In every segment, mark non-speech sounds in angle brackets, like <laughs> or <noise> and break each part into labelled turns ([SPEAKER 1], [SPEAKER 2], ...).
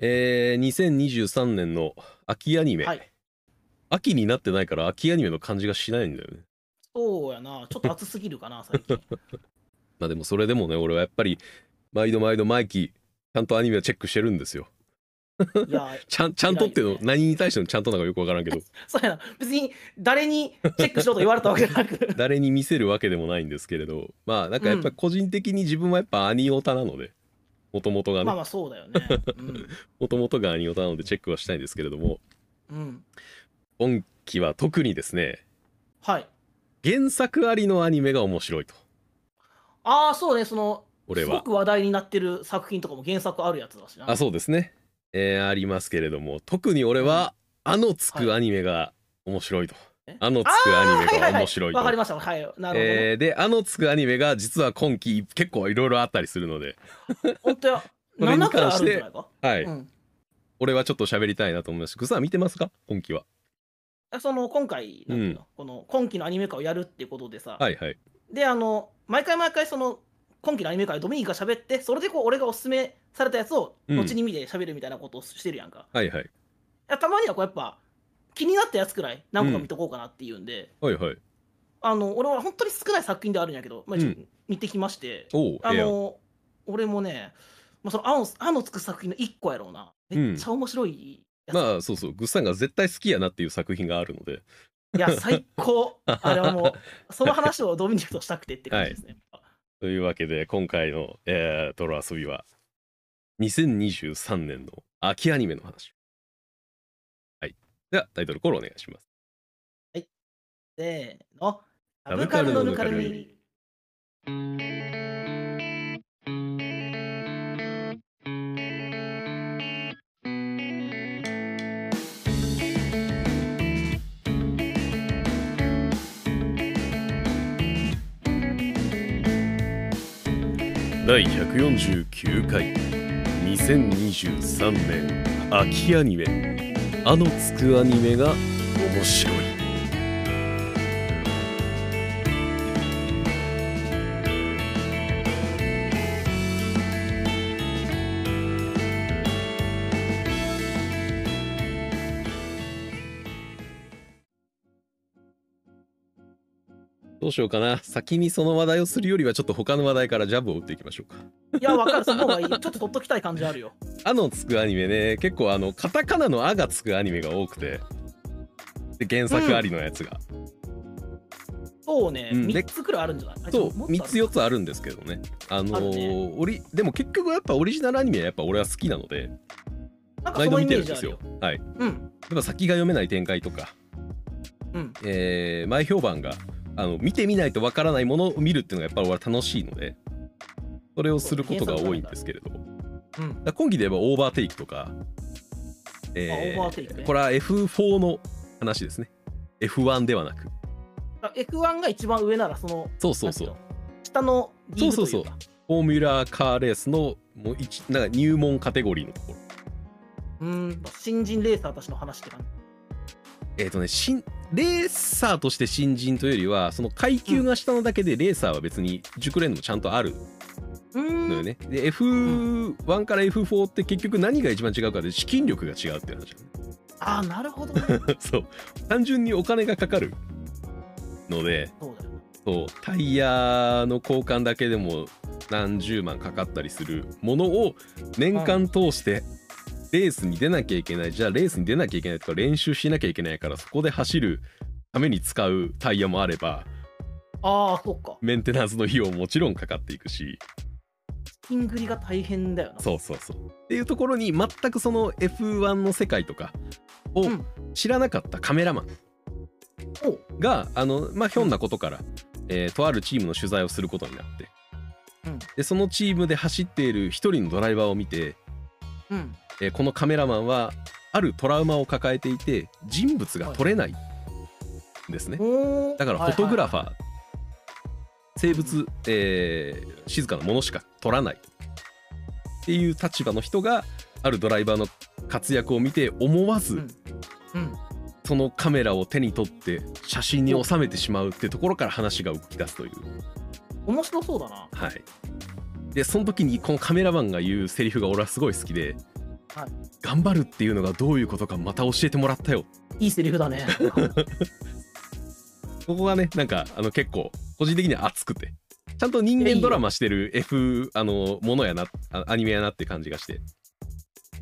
[SPEAKER 1] えー、2023年の秋アニメ、
[SPEAKER 2] はい
[SPEAKER 1] 秋になってないから秋アニメの感じがしないんだよね
[SPEAKER 2] そうやな。ちょっと暑すぎる
[SPEAKER 1] <laughs>
[SPEAKER 2] かな、最近。
[SPEAKER 1] まあでもそれでもね俺はやっぱり毎度毎度毎期ちゃんとアニメをチェックしてるんですよ
[SPEAKER 2] いや、
[SPEAKER 1] ちゃんちゃんとっていうの、
[SPEAKER 2] 偉いですね
[SPEAKER 1] 何に対してのちゃんとなんかよくわからんけど
[SPEAKER 2] そうやな。別に誰にチェックしろと言われたわけじゃなく。
[SPEAKER 1] <laughs> 誰に見せるわけでもないんですけれどまあなんかやっぱり個人的に自分はやっぱアニオタなのでもともとが
[SPEAKER 2] まあ
[SPEAKER 1] ね
[SPEAKER 2] まあそうだよね。うん。
[SPEAKER 1] もともとがアニオタなのでチェックはしたいんですけれども
[SPEAKER 2] うん、
[SPEAKER 1] 今期は特にですね
[SPEAKER 2] はい。
[SPEAKER 1] 原作ありのアニメが面白いと
[SPEAKER 2] ああ、そうね。その、
[SPEAKER 1] 俺
[SPEAKER 2] すご
[SPEAKER 1] は
[SPEAKER 2] く話題になってる作品とかも原作あるやつだしな。
[SPEAKER 1] あそうですねえーありますけれども特に俺は「あ」のつくアニメが面白いと
[SPEAKER 2] え
[SPEAKER 1] 「あ」のつくアニメが面白い
[SPEAKER 2] わ、かり
[SPEAKER 1] と。
[SPEAKER 2] ました。はい。なるほど。
[SPEAKER 1] えーで「あ」のつくアニメが実は今期結構いろいろあったりするので
[SPEAKER 2] 本当や。
[SPEAKER 1] これに
[SPEAKER 2] 7くらい
[SPEAKER 1] 関
[SPEAKER 2] あ
[SPEAKER 1] し
[SPEAKER 2] るんじ
[SPEAKER 1] て
[SPEAKER 2] ゃないか、
[SPEAKER 1] はい、
[SPEAKER 2] うん
[SPEAKER 1] 俺はちょっと喋りたいなと思いますグさん見てますか今期は
[SPEAKER 2] あその今回なんていうの、この今期のアニメ化をやるっていうことでさ、
[SPEAKER 1] はいはい
[SPEAKER 2] であの毎回毎回その今期のアニメ化でドミニクが喋ってそれでこう俺がおすすめされたやつを
[SPEAKER 1] うん
[SPEAKER 2] 後に見て喋るみたいなことをしてるやんか、い
[SPEAKER 1] はいはい
[SPEAKER 2] やたまにはこうやっぱ気になったやつくらい何個か見とこうかなっていうんで、
[SPEAKER 1] はいはい
[SPEAKER 2] あの俺は本当に少ない作品ではあるんやけど、まあ
[SPEAKER 1] うん
[SPEAKER 2] 一応見てきまして、
[SPEAKER 1] おお
[SPEAKER 2] あ
[SPEAKER 1] ええやん
[SPEAKER 2] の俺もね、まあ、その青の「青のつく作品の1個やろうなめっちゃ面白いやつ、
[SPEAKER 1] まあそうそうグッさんが絶対好きやなっていう作品があるので <laughs>
[SPEAKER 2] いや、最高。あれはもう、その話をドミニクとしたくてって感じ
[SPEAKER 1] <laughs>
[SPEAKER 2] ですね。
[SPEAKER 1] というわけで今回の、えー、泥遊びは2023年の秋アニメの話はいではタイトルコールお願いします
[SPEAKER 2] せーの。
[SPEAKER 1] サ
[SPEAKER 2] サ
[SPEAKER 1] ブ
[SPEAKER 2] ブ
[SPEAKER 1] カ
[SPEAKER 2] カ
[SPEAKER 1] ル
[SPEAKER 2] ル
[SPEAKER 1] の
[SPEAKER 2] の
[SPEAKER 1] ぬ
[SPEAKER 2] ぬ
[SPEAKER 1] か
[SPEAKER 2] か
[SPEAKER 1] る
[SPEAKER 2] る
[SPEAKER 1] み
[SPEAKER 2] み。
[SPEAKER 1] 第149回2023年秋アニメ「あのつくアニメ」が面白いどうしようかな先にその話題をするよりはちょっと他の話題からジャブを打っていきましょうか
[SPEAKER 2] いや、わかる。その方がいい。ちょっと取っときたい感じあるよ。
[SPEAKER 1] 「あ」のつくアニメね結構あのカタカナの「あ」がつくアニメが多くてで原作ありのやつが、
[SPEAKER 2] そうね、
[SPEAKER 1] うんで
[SPEAKER 2] 3つくらいあるんじゃないあ
[SPEAKER 1] そう
[SPEAKER 2] ちょもっとある
[SPEAKER 1] 3つ4つあるんですけどねあの
[SPEAKER 2] ある
[SPEAKER 1] ー
[SPEAKER 2] ね
[SPEAKER 1] オリでも結局やっぱオリジナルアニメはやっぱ俺は好きなので
[SPEAKER 2] なんか
[SPEAKER 1] 毎度
[SPEAKER 2] そのイ
[SPEAKER 1] 見
[SPEAKER 2] メ
[SPEAKER 1] てる
[SPEAKER 2] ー
[SPEAKER 1] ん
[SPEAKER 2] ジ
[SPEAKER 1] で
[SPEAKER 2] あ
[SPEAKER 1] す
[SPEAKER 2] る
[SPEAKER 1] よ
[SPEAKER 2] よ。
[SPEAKER 1] はいや
[SPEAKER 2] うん。
[SPEAKER 1] っぱ先が読めない展開とか、
[SPEAKER 2] うん。
[SPEAKER 1] えー前評判があの見てみないとわからないものを見るっていうのがやっぱ俺は楽しいのでそれをすることが多いんですけれどだか
[SPEAKER 2] うん。
[SPEAKER 1] ら今期で言えばオーバーテイクとか、え
[SPEAKER 2] あオーバーテイクね
[SPEAKER 1] これは F4 の話ですね F1 ではなく
[SPEAKER 2] あ F1 が一番上なら、その、
[SPEAKER 1] そうそうそう
[SPEAKER 2] なんていの。下のリーグというか。
[SPEAKER 1] そうそうそうフォーミュラーカーレースのもう一なんか入門カテゴリーのところ
[SPEAKER 2] うーん。新人レーサーたちの話って感じ。
[SPEAKER 1] えっ、とね新レーサーとして新人というよりはその階級が下のだけでレーサーは別に熟練度もちゃんとある
[SPEAKER 2] うーん。
[SPEAKER 1] のよね、で F1 から F4 って結局何が一番違うかで資金力が違うっていう話
[SPEAKER 2] ああ、なる
[SPEAKER 1] <laughs>
[SPEAKER 2] ほど、ね。
[SPEAKER 1] そう単純にお金がかかるので
[SPEAKER 2] そうだよね。
[SPEAKER 1] そうタイヤの交換だけでも何十万かかったりするものを年間通してレースに出なきゃいけない、じゃあレースに出なきゃいけないとか練習しなきゃいけないからそこで走るために使うタイヤもあれば
[SPEAKER 2] ああ、そっか。
[SPEAKER 1] メンテナンスの費用ももちろんかかっていくし
[SPEAKER 2] キングリが大変だよな。
[SPEAKER 1] そうそうそうっていうところに全くその F1 の世界とか
[SPEAKER 2] う
[SPEAKER 1] を
[SPEAKER 2] ん
[SPEAKER 1] 知らなかったカメラマン
[SPEAKER 2] お
[SPEAKER 1] があの、まあ、ひょんなことから、えーとあるチームの取材をすることになって、
[SPEAKER 2] うん
[SPEAKER 1] でそのチームで走っている一人のドライバーを見て、
[SPEAKER 2] うん。
[SPEAKER 1] えーこのカメラマンはあるトラウマを抱えていて人物が撮れないんですね、
[SPEAKER 2] おー
[SPEAKER 1] だから
[SPEAKER 2] はい
[SPEAKER 1] フォト
[SPEAKER 2] はい
[SPEAKER 1] グラファー、生物、えー静かなものしか撮らないっていう立場の人があるドライバーの活躍を見て思わず、
[SPEAKER 2] うんうん、
[SPEAKER 1] そのカメラを手に取って写真に収めてしまうってところから話が動き出すという
[SPEAKER 2] 面白そうだな。
[SPEAKER 1] はいでその時にこのカメラマンが言うセリフが俺はすごい好きで
[SPEAKER 2] はい
[SPEAKER 1] 頑張るっていうのがどういうことかまた教えてもらったよ
[SPEAKER 2] いいセリフ
[SPEAKER 1] <laughs>
[SPEAKER 2] だね。
[SPEAKER 1] ここがねなんかあの結構個人的には熱くてちゃんと人間ドラマしてる F あのものやなあアニメやなって感じがして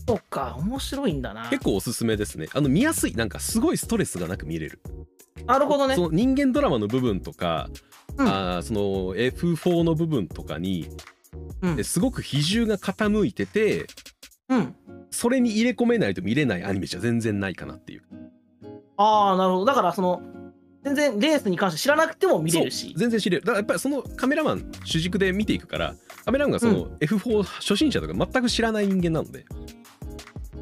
[SPEAKER 2] そっか、面白いんだな。
[SPEAKER 1] 結構おすすめですねあの見やすいなんかすごいストレスがなく見れる
[SPEAKER 2] なるほどね
[SPEAKER 1] そ。の人間ドラマの部分とか、
[SPEAKER 2] うん
[SPEAKER 1] あーその F4 の部分とかに
[SPEAKER 2] うん
[SPEAKER 1] えすごく比重が傾いてて
[SPEAKER 2] うん。
[SPEAKER 1] それに入れ込めないと見れないアニメじゃ全然ないかなっていう
[SPEAKER 2] ああ、なるほど。だから、その、全然レースに関して知らなくても見れるし
[SPEAKER 1] そう。全然知れるだからやっぱりそのカメラマン主軸で見ていくからカメラマンがその F4 初心者とか全く知らない人間なので、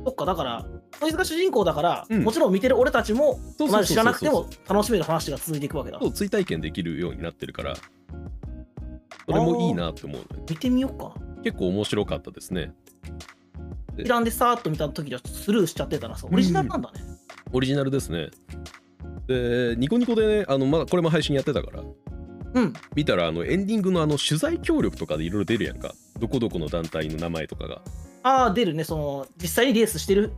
[SPEAKER 2] そっか、だから、そいつが主人公だから、
[SPEAKER 1] うん
[SPEAKER 2] もちろん見てる俺たちも、
[SPEAKER 1] そうそうそうそう
[SPEAKER 2] 同じ知らなくても楽しめる話が続いていくわけだ
[SPEAKER 1] そ。う追体験できるようになってるからそれもいいなと思うので
[SPEAKER 2] 見てみようかな。
[SPEAKER 1] 結構面白かったですね
[SPEAKER 2] 一覧でさーっと見た時じゃスルーしちゃってたらさ、オリジナルなんだね。
[SPEAKER 1] オリジナルですねでニコニコでねあのまだこれも配信やってたから
[SPEAKER 2] うん。
[SPEAKER 1] 見たらあのエンディングのあの取材協力とかでいろいろ出るやんかどこどこの団体の名前とかが
[SPEAKER 2] ああ、出るね。その、実際にレースしてる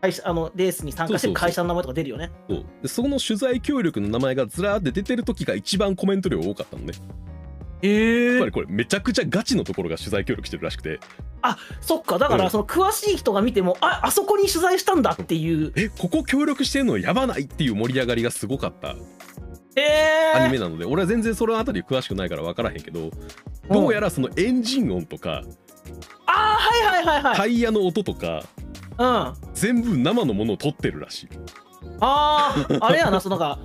[SPEAKER 2] 会社、あの、レースに参加してる会社の名前とか出るよね。
[SPEAKER 1] そうでその取材協力の名前がずらーって出てる時が一番コメント量多かったのね
[SPEAKER 2] へ
[SPEAKER 1] つ
[SPEAKER 2] え
[SPEAKER 1] まりこれめちゃくちゃガチのところが取材協力してるらしくて
[SPEAKER 2] そっか、だか
[SPEAKER 1] うん
[SPEAKER 2] ら、その、詳しい人が見ても、あ、あそこに取材したんだっていう。
[SPEAKER 1] えここ協力してるのやばないっていう盛り上がりがすごかった
[SPEAKER 2] へえ
[SPEAKER 1] アニメなので俺は全然そのあたり詳しくないから分からへんけどどうやらそのエンジン音とか
[SPEAKER 2] ああはいはいはいは
[SPEAKER 1] タ
[SPEAKER 2] い、
[SPEAKER 1] イヤの音とか
[SPEAKER 2] うん
[SPEAKER 1] 全部生のものを撮ってるらしい
[SPEAKER 2] あああれやなそのなんか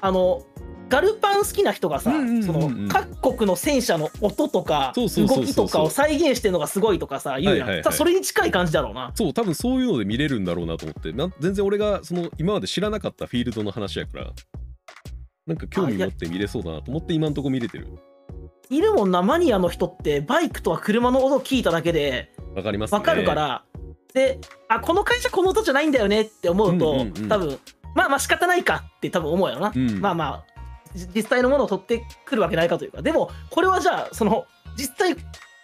[SPEAKER 2] あのガルパン好きな人がさ、
[SPEAKER 1] うんうんうんうん
[SPEAKER 2] その各国の戦車の音とか
[SPEAKER 1] そうそうそうそう
[SPEAKER 2] 動きとかを再現してるのがすごいとかさ言う
[SPEAKER 1] は
[SPEAKER 2] やん、
[SPEAKER 1] いはいはい
[SPEAKER 2] さそれに近い感じだろうな
[SPEAKER 1] そう多分そういうので見れるんだろうなと思ってな全然俺がその今まで知らなかったフィールドの話やからなんか興味持って見れそうだなと思って今んとこ見れてる
[SPEAKER 2] いるもんなマニアの人ってバイクとは車の音を聞いただけで
[SPEAKER 1] わかりますね
[SPEAKER 2] わかるから、であこの会社この音じゃないんだよねって思うと、
[SPEAKER 1] うんうんうん
[SPEAKER 2] 多分まあまあ仕方ないかって多分思うやろな、
[SPEAKER 1] うん
[SPEAKER 2] まあまあじ実際のものを取ってくるわけないかというかでもこれはじゃあその実際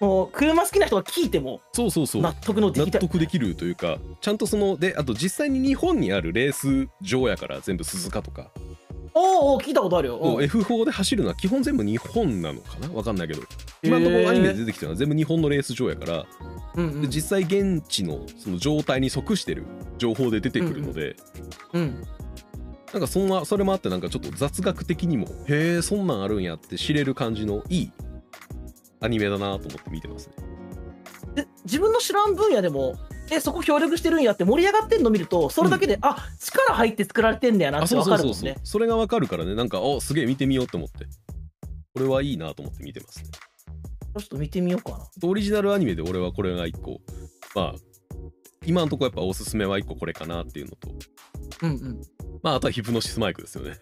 [SPEAKER 2] もう車好きな人が聞いても
[SPEAKER 1] そうそうそう
[SPEAKER 2] 納得ので
[SPEAKER 1] 納
[SPEAKER 2] きた
[SPEAKER 1] 得できるというかちゃんとそのであと実際に日本にあるレース場やから全部鈴鹿とか、
[SPEAKER 2] おうおう聞いたことあるよ
[SPEAKER 1] こう
[SPEAKER 2] うん
[SPEAKER 1] F4 で走るのは基本全部日本なのかなわかんないけど今のところアニメで出てきたのは全部日本のレース場やから、
[SPEAKER 2] うんう
[SPEAKER 1] で
[SPEAKER 2] ん
[SPEAKER 1] 実際現地のその状態に即してる情報で出てくるので、
[SPEAKER 2] うん
[SPEAKER 1] なんかそんなそれもあってなんかちょっと雑学的にもへえそんなんあるんやって知れる感じのいいアニメだなと思って見てますね
[SPEAKER 2] で自分の知らん分野でもえそこ協力してるんやって盛り上がってんの見るとそれだけで、あ力入って作られてんだよな
[SPEAKER 1] あ
[SPEAKER 2] って
[SPEAKER 1] そう
[SPEAKER 2] わ
[SPEAKER 1] そ
[SPEAKER 2] か
[SPEAKER 1] うそ
[SPEAKER 2] る
[SPEAKER 1] う
[SPEAKER 2] もん
[SPEAKER 1] そう
[SPEAKER 2] ね
[SPEAKER 1] それがわかるからねなんかおすげえ見てみようと思ってこれはいいなと思って見てますね
[SPEAKER 2] ちょっと見てみようかな
[SPEAKER 1] オリジナルアニメで俺はこれが一個まあ今のとこやっぱおすすめは一個これかなっていうのと
[SPEAKER 2] う
[SPEAKER 1] <laughs>
[SPEAKER 2] んうん
[SPEAKER 1] まああとはヒプノシスマイクですよね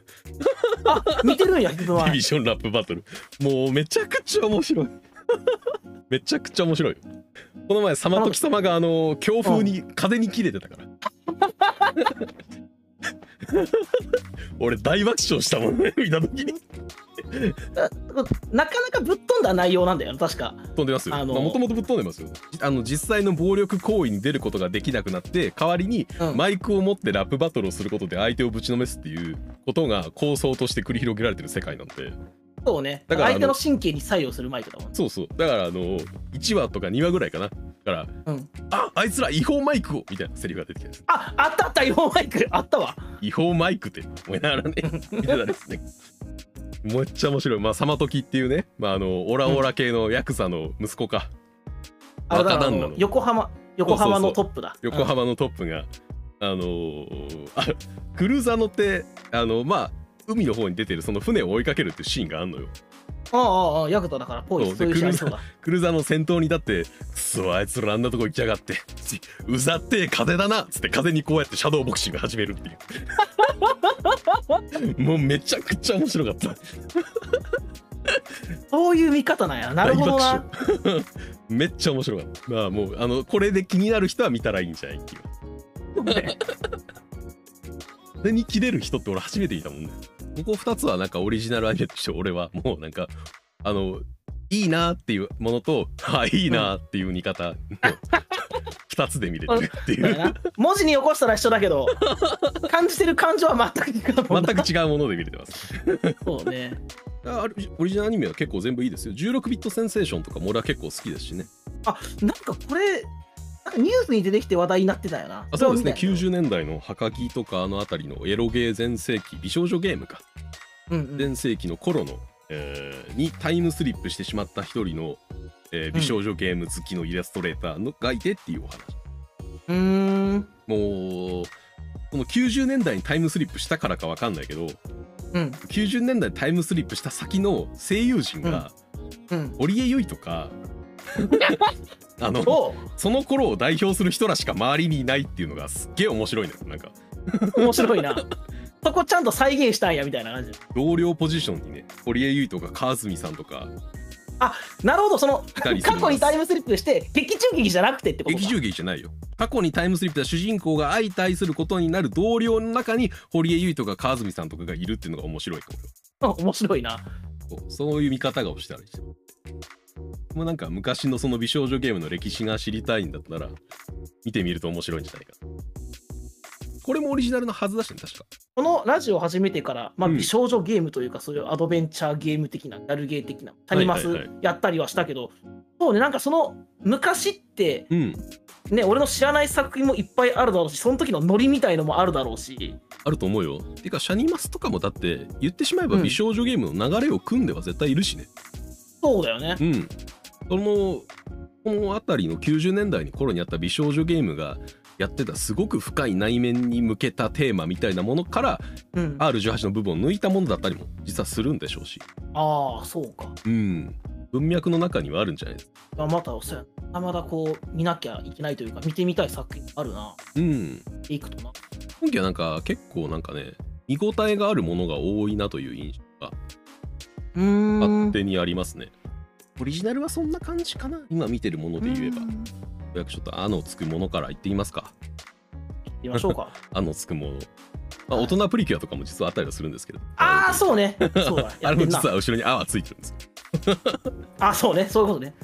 [SPEAKER 2] あ見てるんや自分は
[SPEAKER 1] ディビジョンラップバトルもうめちゃくちゃ面白い <laughs> めちゃくちゃ面白いよこの前サマトキ様があの強風に風に切れてたから <laughs> 俺大爆笑したもんね見た時に
[SPEAKER 2] あなかなかぶっ飛んだ内容なんだよな確か
[SPEAKER 1] 飛んでますよ
[SPEAKER 2] あの
[SPEAKER 1] もともとぶっ飛んでますよあの実際の暴力行為に出ることができなくなって代わりに
[SPEAKER 2] うん
[SPEAKER 1] マイクを持ってラップバトルをすることで相手をぶちのめすっていうことが構想として繰り広げられてる世界なんで
[SPEAKER 2] そうね
[SPEAKER 1] だから
[SPEAKER 2] 相手の神経に作用するマイクだもんね
[SPEAKER 1] そうそうだからあの1話とか2話ぐらいかなだから
[SPEAKER 2] うん
[SPEAKER 1] 「ああいつら違法マイクを」みたいなセリフが出てきたんです
[SPEAKER 2] ああったあった違法マイクあったわ
[SPEAKER 1] 違法マイクって思いながらね見てたですねめっちゃ面白いまあ「サマトキ」っていうね、まあ、あのオラオラ系のヤクザの息子か、
[SPEAKER 2] あれだ
[SPEAKER 1] 若
[SPEAKER 2] あ
[SPEAKER 1] 旦那
[SPEAKER 2] の
[SPEAKER 1] の
[SPEAKER 2] 横浜横浜のトップだ
[SPEAKER 1] 横浜のトップが、あのーあクルーザー乗ってあのまあ海の方に出てるその船を追いかけるっていうシーンがあんのよ
[SPEAKER 2] うんああああヤクザだからぽ
[SPEAKER 1] そう
[SPEAKER 2] い
[SPEAKER 1] で
[SPEAKER 2] そういう人あ
[SPEAKER 1] ク
[SPEAKER 2] りそ
[SPEAKER 1] ル
[SPEAKER 2] う
[SPEAKER 1] ー
[SPEAKER 2] だ
[SPEAKER 1] クルーザーの先頭に立って「くそあいつらあんなとこ行きやがってちうざってえ風だな」っつって風にこうやってシャドーボクシング始めるっていうもうめちゃくちゃ面白かった
[SPEAKER 2] そういう見方なんやなるほどな
[SPEAKER 1] 大爆笑 <laughs> めっちゃ面白かったまあもうあのこれで気になる人は見たらいいんじゃないっていう風に切れる人って俺初めて見たもんねここ2つはなんかオリジナルアニメとして俺はもうなんかあのいいなっていうものとあいいなっていう見方の <laughs> 二2つで見れてるっていう
[SPEAKER 2] 文字に起こしたら一緒だけど感じてる感情は全く違うもん
[SPEAKER 1] 全
[SPEAKER 2] な
[SPEAKER 1] く違うもので見れてます
[SPEAKER 2] そうね
[SPEAKER 1] ああるオリジナルアニメは結構全部いいですよ16ビットセンセーションとかも俺は結構好きですしね
[SPEAKER 2] なんかこれなんかニュースに出てきて話題になってたよな
[SPEAKER 1] あそうですね
[SPEAKER 2] これを見た
[SPEAKER 1] 90
[SPEAKER 2] よ
[SPEAKER 1] 年代のハカキとかあの辺りのエロゲー全盛期美少女ゲームか
[SPEAKER 2] うんうん
[SPEAKER 1] 全盛期の頃の、えーにタイムスリップしてしまった一人の、えー美少女ゲーム好きのイラストレーターのがいてっていうお話、
[SPEAKER 2] うーん
[SPEAKER 1] もうこの90年代にタイムスリップしたからかわかんないけど
[SPEAKER 2] うん
[SPEAKER 1] 90年代にタイムスリップした先の声優陣が
[SPEAKER 2] うん
[SPEAKER 1] 堀江由衣と
[SPEAKER 2] <laughs>
[SPEAKER 1] かあの
[SPEAKER 2] お
[SPEAKER 1] その頃を代表する人らしか周りにいないっていうのがすっげえ面白いんですなんか
[SPEAKER 2] 面白いなそこちゃんと再現したんやみたいな感じ
[SPEAKER 1] 同僚ポジションにね堀江由衣とか川澄さんとか
[SPEAKER 2] なるほどその
[SPEAKER 1] たりする
[SPEAKER 2] 過去にタイムスリップして劇中劇じゃなくてってことか
[SPEAKER 1] 劇中劇じゃないよ過去にタイムスリップした主人公が相対することになる同僚の中に堀江由衣とか川澄さんとかがいるっていうのが面白いと思う
[SPEAKER 2] うん面白いな
[SPEAKER 1] そうそういう見方がしたりしてもうなんか昔のその美少女ゲームの歴史が知りたいんだったら見てみると面白いんじゃないかこれもオリジナルのはずだしね確か
[SPEAKER 2] このラジオを始めてから、まあ、
[SPEAKER 1] うん
[SPEAKER 2] 美少女ゲームというか、そういうアドベンチャーゲーム的な、ダルゲー的な、タニマス
[SPEAKER 1] はいはいは
[SPEAKER 2] やったりはしたけど、そうね、なんかその昔って、
[SPEAKER 1] うん
[SPEAKER 2] ね、俺の知らない作品もいっぱいあるだろうし、その時のノリみたいのもあるだろうし、
[SPEAKER 1] あると思うよてかシャニマスとかもだって言ってしまえば美少女ゲームの流れを組んでは絶対いるしね
[SPEAKER 2] そうだよね。
[SPEAKER 1] うん、そのこの辺りの90年代の頃にあった美少女ゲームがやってたすごく深い内面に向けたテーマみたいなものから
[SPEAKER 2] うん、あ
[SPEAKER 1] R18 の部分を抜いたものだったりも実はするんでしょうし、
[SPEAKER 2] あー、そうか。
[SPEAKER 1] うん、文脈の中にはあるんじゃないですか。
[SPEAKER 2] まあまた、そうやなまだこう、見なきゃいけないというか、見てみたい作品あるな、
[SPEAKER 1] うん、
[SPEAKER 2] いくとな。
[SPEAKER 1] 今期はなんか結構なんかね見応えがあるものが多いなという印象が
[SPEAKER 2] うーん
[SPEAKER 1] 勝。手にありますね。オリジナルはそんな感じかな今見てるもので言えば。
[SPEAKER 2] うん
[SPEAKER 1] ようやくちょっと「あ」のつくものから言ってみますか。
[SPEAKER 2] 行きましょうか。
[SPEAKER 1] あのつくもの。まあ、大人プリキュアとかも実はあったりはするんですけど。
[SPEAKER 2] ああ、
[SPEAKER 1] う
[SPEAKER 2] そ
[SPEAKER 1] <laughs>
[SPEAKER 2] うね。そうだ。
[SPEAKER 1] あ
[SPEAKER 2] や
[SPEAKER 1] れ
[SPEAKER 2] って
[SPEAKER 1] も
[SPEAKER 2] んな
[SPEAKER 1] 実は後ろにあはついてるんです。
[SPEAKER 2] あ、そうね。そういうことね。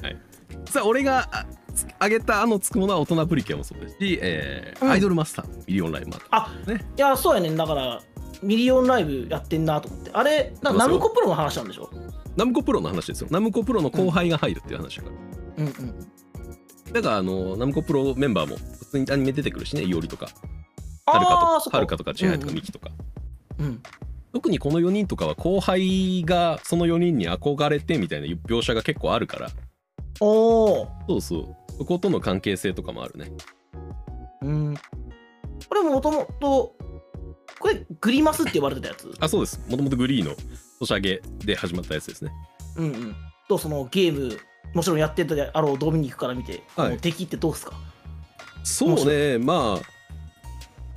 [SPEAKER 1] さあ、俺があつあげたあのつくものは大人プリキュアもそうですし、えー
[SPEAKER 2] うん
[SPEAKER 1] アイドルマスター、ミリオンライブマー
[SPEAKER 2] あ
[SPEAKER 1] ね
[SPEAKER 2] いやそうやねんだからミリオンライブやってんなと思ってあれな
[SPEAKER 1] そうそう
[SPEAKER 2] ナムコプロの話なんでしょ
[SPEAKER 1] ナムコプロの話ですよ。ナムコプロの後輩が入るっていう話だから。
[SPEAKER 2] うんうん
[SPEAKER 1] だから、あの、ナムコプロメンバーも普通にアニメ出てくるしね、いおりとか、はる
[SPEAKER 2] あ
[SPEAKER 1] か
[SPEAKER 2] ーそ
[SPEAKER 1] と
[SPEAKER 2] っ
[SPEAKER 1] か、はるかとか、ちはやとか、
[SPEAKER 2] うんうん
[SPEAKER 1] みきとか。
[SPEAKER 2] うん
[SPEAKER 1] 特にこの4人とかは後輩がその4人に憧れてみたいな描写が結構あるから、
[SPEAKER 2] おお
[SPEAKER 1] そうそう、そことの関係性とかもあるね。
[SPEAKER 2] うんこれもともとこれグリマスって呼ばれてたやつ
[SPEAKER 1] あそうですもともとグリーのソシャゲで始まったやつですね
[SPEAKER 2] うんうんとそのゲームもちろんやってたであろうドミニクから見て、
[SPEAKER 1] はい
[SPEAKER 2] この敵ってどうっすか
[SPEAKER 1] そうねまあ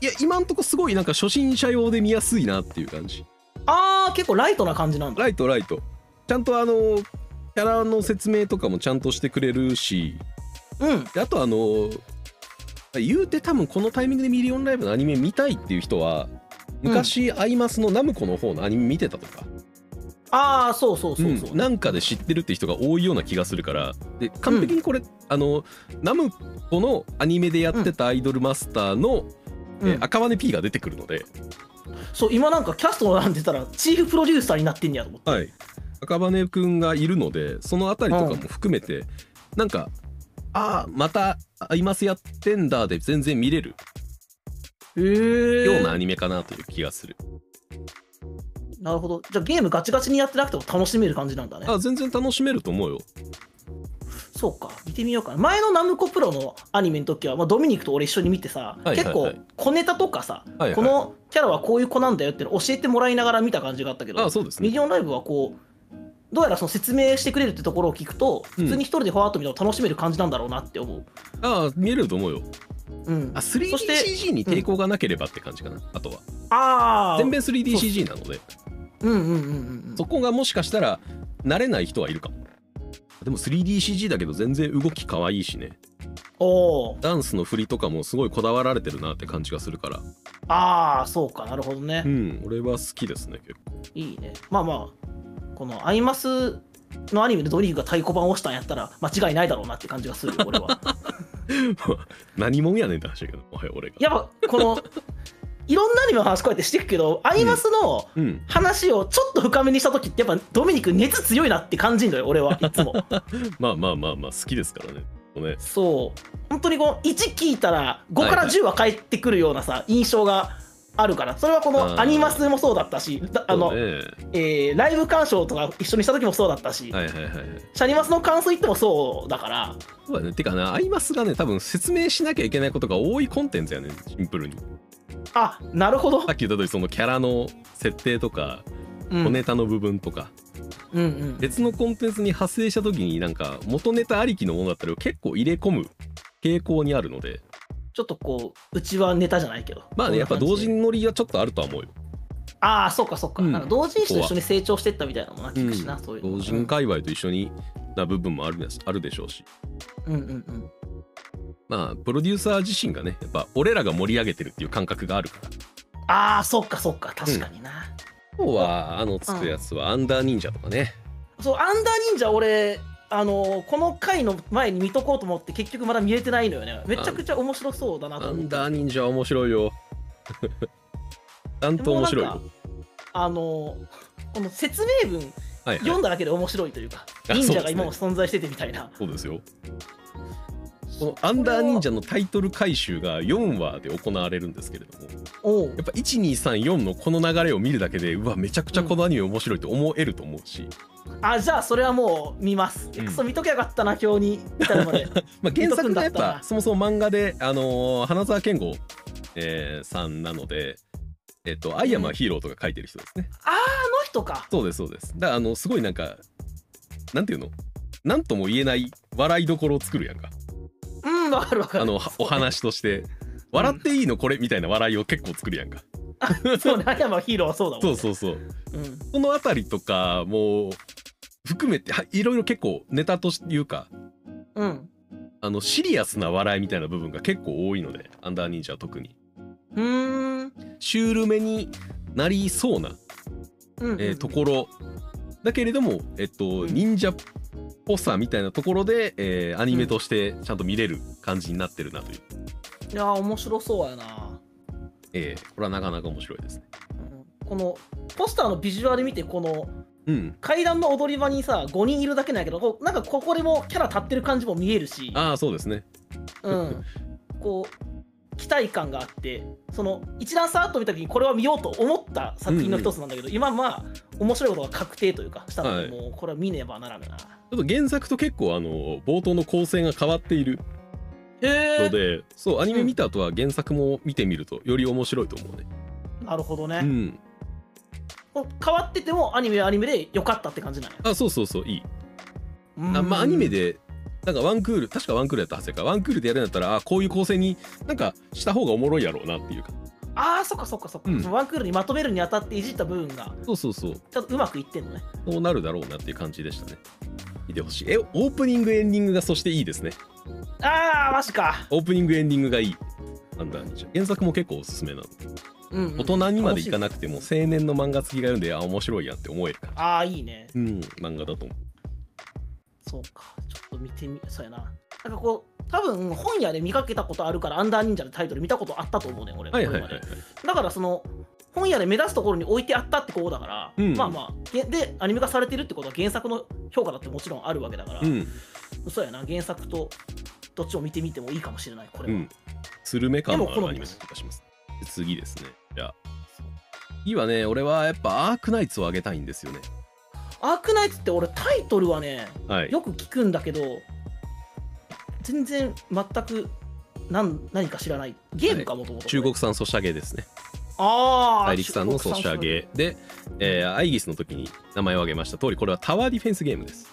[SPEAKER 1] いや今んとこすごいなんか初心者用で見やすいなっていう感じ
[SPEAKER 2] あー結構ライトな感じなんだ
[SPEAKER 1] ライトライトちゃんとあのキャラの説明とかもちゃんとしてくれるし
[SPEAKER 2] うん
[SPEAKER 1] であとあの言うて多分このタイミングでミリオンライブのアニメ見たいっていう人は昔、アイマスのナムコの方のアニメ見てたとか
[SPEAKER 2] ああそうそうそうそう、
[SPEAKER 1] うんなんかで知ってるって人が多いような気がするからで完璧にこれ、あのナムコのアニメでやってたアイドルマスターの、
[SPEAKER 2] うん
[SPEAKER 1] えー赤羽 P が出てくるので、
[SPEAKER 2] そう今なんかキャストなんてたらチーフプロデューサーになってんねやと思って
[SPEAKER 1] はい、赤羽くんがいるのでその辺りとかも含めて、なんかああまた「アイマスやってんだ」で全然見れる
[SPEAKER 2] へえ
[SPEAKER 1] ようなアニメかなという気がする、
[SPEAKER 2] なるほど。じゃあゲームガチガチにやってなくても楽しめる感じなんだね。
[SPEAKER 1] あ全然楽しめると思うよ
[SPEAKER 2] そうか、見てみようかな。前のナムコプロのアニメの時は、まあ、ドミニクと俺一緒に見て
[SPEAKER 1] は
[SPEAKER 2] さ、
[SPEAKER 1] いはい
[SPEAKER 2] 結構小ネタとかさ、
[SPEAKER 1] はいはい
[SPEAKER 2] このキャラはこういう子なんだよっての教えてもらいながら見た感じがあったけど、
[SPEAKER 1] あそうです
[SPEAKER 2] ミ
[SPEAKER 1] ね
[SPEAKER 2] リオンライブはこう、どうやらその説明してくれるってところを聞くと、
[SPEAKER 1] うん
[SPEAKER 2] 普通に一人でファーっと見ても楽しめる感じなんだろうなって思う。
[SPEAKER 1] ああ見れると思うよ
[SPEAKER 2] うん、
[SPEAKER 1] あ
[SPEAKER 2] あ
[SPEAKER 1] 3DCG に抵抗がなければって感じかな、あとは
[SPEAKER 2] あー
[SPEAKER 1] 全米 3DCG なので
[SPEAKER 2] うんうんうんうん
[SPEAKER 1] そこがもしかしたら慣れない人はいるかも。でも 3DCG だけど全然動き可愛いしね。
[SPEAKER 2] うん。おー
[SPEAKER 1] ダンスの振りとかもすごいこだわられてるなって感じがするから。
[SPEAKER 2] ああ、そうか、なるほどね。
[SPEAKER 1] うん、俺は好きですね、結構。
[SPEAKER 2] いいね。まあまあ、このアイマ <laughs> スのアニメでドリフが太鼓判を押したんやったら間違いないだろうなって感じがするよ、俺は。
[SPEAKER 1] <laughs> 何もんやねんって話だけどもはや俺が
[SPEAKER 2] やっぱこのいろんなアニメの話こうやってしていくけど、アイマスの
[SPEAKER 1] うん
[SPEAKER 2] 話をちょっと深めにした時ってやっぱドミニク熱強いなって感じるのよ俺はいつも
[SPEAKER 1] まあまあまあまあ好きですからねこれね
[SPEAKER 2] そう本当にこの1聞いたら5から
[SPEAKER 1] はいはい
[SPEAKER 2] 10は返ってくるようなさ印象があるからそれはこ
[SPEAKER 1] あ
[SPEAKER 2] の
[SPEAKER 1] ー
[SPEAKER 2] アニマスもそうだったしだあの、
[SPEAKER 1] そうね
[SPEAKER 2] えーライブ鑑賞とか一緒にした時もそうだったし、
[SPEAKER 1] はいはいはいはい
[SPEAKER 2] シャニマスの感想言ってもそうだから
[SPEAKER 1] そうだねてかなアイマスがね多分説明しなきゃいけないことが多いコンテンツやねんシンプルに
[SPEAKER 2] あなるほど
[SPEAKER 1] さっき言った通りそのキャラの設定とか
[SPEAKER 2] うん
[SPEAKER 1] 小ネタの部分とか、
[SPEAKER 2] うんうん
[SPEAKER 1] 別のコンテンツに派生した時になんか元ネタありきのものだったら結構入れ込む傾向にあるので
[SPEAKER 2] ちょっとこううちはネタじゃないけど
[SPEAKER 1] まあねやっぱ同
[SPEAKER 2] 時
[SPEAKER 1] 時乗りはちょっとあるとは思うよ
[SPEAKER 2] ああそうかそうか,、
[SPEAKER 1] うん
[SPEAKER 2] なんか同人誌と一緒に成長してったみたいなのもな聞くしな、そういうの
[SPEAKER 1] 同人界隈と一緒にな部分もあるですあるでしょうし
[SPEAKER 2] うんうんうん
[SPEAKER 1] まあプロデューサー自身がねやっぱ俺らが盛り上げてるっていう感覚があるから
[SPEAKER 2] ああそうかそうか確かにな、
[SPEAKER 1] 今日はあのつくやつはアンダー忍者とかね
[SPEAKER 2] そうアンダー忍者俺あのーこの回の前に見とこうと思って結局まだ見れてないのよねめちゃくちゃ面白そうだなと
[SPEAKER 1] ア
[SPEAKER 2] 思っ
[SPEAKER 1] ン
[SPEAKER 2] て
[SPEAKER 1] ダー忍者は面白い
[SPEAKER 2] <laughs>
[SPEAKER 1] よちゃんと面白い
[SPEAKER 2] でも
[SPEAKER 1] よ
[SPEAKER 2] あのーこの説明文
[SPEAKER 1] はいは
[SPEAKER 2] 読
[SPEAKER 1] い
[SPEAKER 2] んだだけで面白いというか
[SPEAKER 1] あ
[SPEAKER 2] 忍者
[SPEAKER 1] そうです
[SPEAKER 2] が
[SPEAKER 1] ね
[SPEAKER 2] 今も存在しててみたいな
[SPEAKER 1] そうですよこのアンダー忍者のタイトル回収が4話で行われるんですけれども
[SPEAKER 2] おう
[SPEAKER 1] やっぱ1234のこの流れを見るだけでうわめちゃくちゃこのアニメ面白いと思えると思うし、
[SPEAKER 2] あじゃあそれはもう見ます、
[SPEAKER 1] うん
[SPEAKER 2] クソ見ときゃよかったな今日にみたいなの
[SPEAKER 1] <laughs>
[SPEAKER 2] まで
[SPEAKER 1] まあ、原作がやっ
[SPEAKER 2] 見とくんだった
[SPEAKER 1] ぱ
[SPEAKER 2] ら
[SPEAKER 1] そもそも漫画で、あのー花澤健吾、えーさんなので「えっとアイアムはヒーロー」とか書いてる人ですね、
[SPEAKER 2] ああの人か
[SPEAKER 1] そうですそうですだからあのすごいなんかなんていうのなんとも言えない笑いどころを作るやんか
[SPEAKER 2] うんわかるわかる
[SPEAKER 1] あ
[SPEAKER 2] <laughs>
[SPEAKER 1] のはお話として「笑っていいのこれ」みたいな笑いを結構作るやんか、
[SPEAKER 2] そうねアイアンマンヒーローはそうだもん
[SPEAKER 1] そう
[SPEAKER 2] ね
[SPEAKER 1] そうそう
[SPEAKER 2] うん、
[SPEAKER 1] そのあたりとかも含めてはいろいろ結構ネタというか
[SPEAKER 2] うん、
[SPEAKER 1] あのシリアスな笑いみたいな部分が結構多いのでアンダー忍者は特に
[SPEAKER 2] うーん
[SPEAKER 1] シュールめになりそうな、
[SPEAKER 2] うんうん
[SPEAKER 1] えーところだけれども、えっと、
[SPEAKER 2] うん
[SPEAKER 1] 忍者っぽさみたいなところで、えーアニメとしてちゃんと見れる感じになってるなという、
[SPEAKER 2] いやー面白そうやな、
[SPEAKER 1] えーこれはなかなか面白いですね。
[SPEAKER 2] うんこのポスターのビジュアル見てこの
[SPEAKER 1] うん、
[SPEAKER 2] 階段の踊り場にさ5人いるだけなんやけどこうなんかここでもキャラ立ってる感じも見えるし、
[SPEAKER 1] ああそうですね。
[SPEAKER 2] うん、こう期待感があってその一覧さーっと見た時にこれは見ようと思った作品の一つなんだけど、今まあ面白いことが確定というかしたので、
[SPEAKER 1] は
[SPEAKER 2] もうこれは見ねばならぬな。
[SPEAKER 1] ちょっと原作と結構あの冒頭の構成が変わっている
[SPEAKER 2] へ
[SPEAKER 1] の
[SPEAKER 2] ー
[SPEAKER 1] で、そうアニメ見た後は原作も見てみるとより面白いと思うね。
[SPEAKER 2] なるほど
[SPEAKER 1] う
[SPEAKER 2] ね、
[SPEAKER 1] ん、
[SPEAKER 2] こう変わっててもアニメはアニメで良かったって感じなんや
[SPEAKER 1] あそうそうそういい。
[SPEAKER 2] うん
[SPEAKER 1] あまあアニメでなんかワンクール確かワンクールやったはずやからワンクールでやるんだったらあこういう構成になんかした方がおもろいやろうなっていうか
[SPEAKER 2] ああそっかそっかそっか、
[SPEAKER 1] うん
[SPEAKER 2] そのワンクールにまとめるにあたっていじった部分が
[SPEAKER 1] そうそうそう
[SPEAKER 2] ちょっとうまくいってんのね
[SPEAKER 1] そうなるだろうなっていう感じでしたね見てほしいえオープニングエンディングがそしていいですね
[SPEAKER 2] あーマジか、
[SPEAKER 1] オープニングエンディングがいいアンダーニンジャ原作も結構おすすめなの
[SPEAKER 2] うんうん
[SPEAKER 1] 大人にまでいかなくても青年の漫画好きが読んであ面白いやんって思えるから
[SPEAKER 2] ああいいね
[SPEAKER 1] うん漫画だと思
[SPEAKER 2] そうかちょっと見てみそうやななんかこう多分本屋で見かけたことあるからアンダー忍者のタイトル見たことあったと思うねん俺
[SPEAKER 1] うはいはいはい
[SPEAKER 2] こ
[SPEAKER 1] は
[SPEAKER 2] れ
[SPEAKER 1] い
[SPEAKER 2] までだからその本屋で目立つところに置いてあったってことだから、
[SPEAKER 1] うん
[SPEAKER 2] まあまあげでアニメ化されてるってことは原作の評価だってもちろんあるわけだから、
[SPEAKER 1] うん
[SPEAKER 2] そうやな原作とどっちを見てみてもいいかもしれないこ
[SPEAKER 1] う
[SPEAKER 2] れは、
[SPEAKER 1] んスルメ感のあ
[SPEAKER 2] でも
[SPEAKER 1] る
[SPEAKER 2] 好
[SPEAKER 1] ア
[SPEAKER 2] み
[SPEAKER 1] ニメな
[SPEAKER 2] です
[SPEAKER 1] 気がしますで次ですねじゃあ次はね俺はやっぱアークナイツをあげたいんですよね
[SPEAKER 2] アークナイツって俺タイトルはね
[SPEAKER 1] はい
[SPEAKER 2] よく聞くんだけど全然全くなん何か知らないゲームかもともと
[SPEAKER 1] 中国産ソシャゲですね
[SPEAKER 2] ああ
[SPEAKER 1] 大陸産のソシャゲで、えーアイギスの時に名前を挙げました通りこれはタワーディフェンスゲームです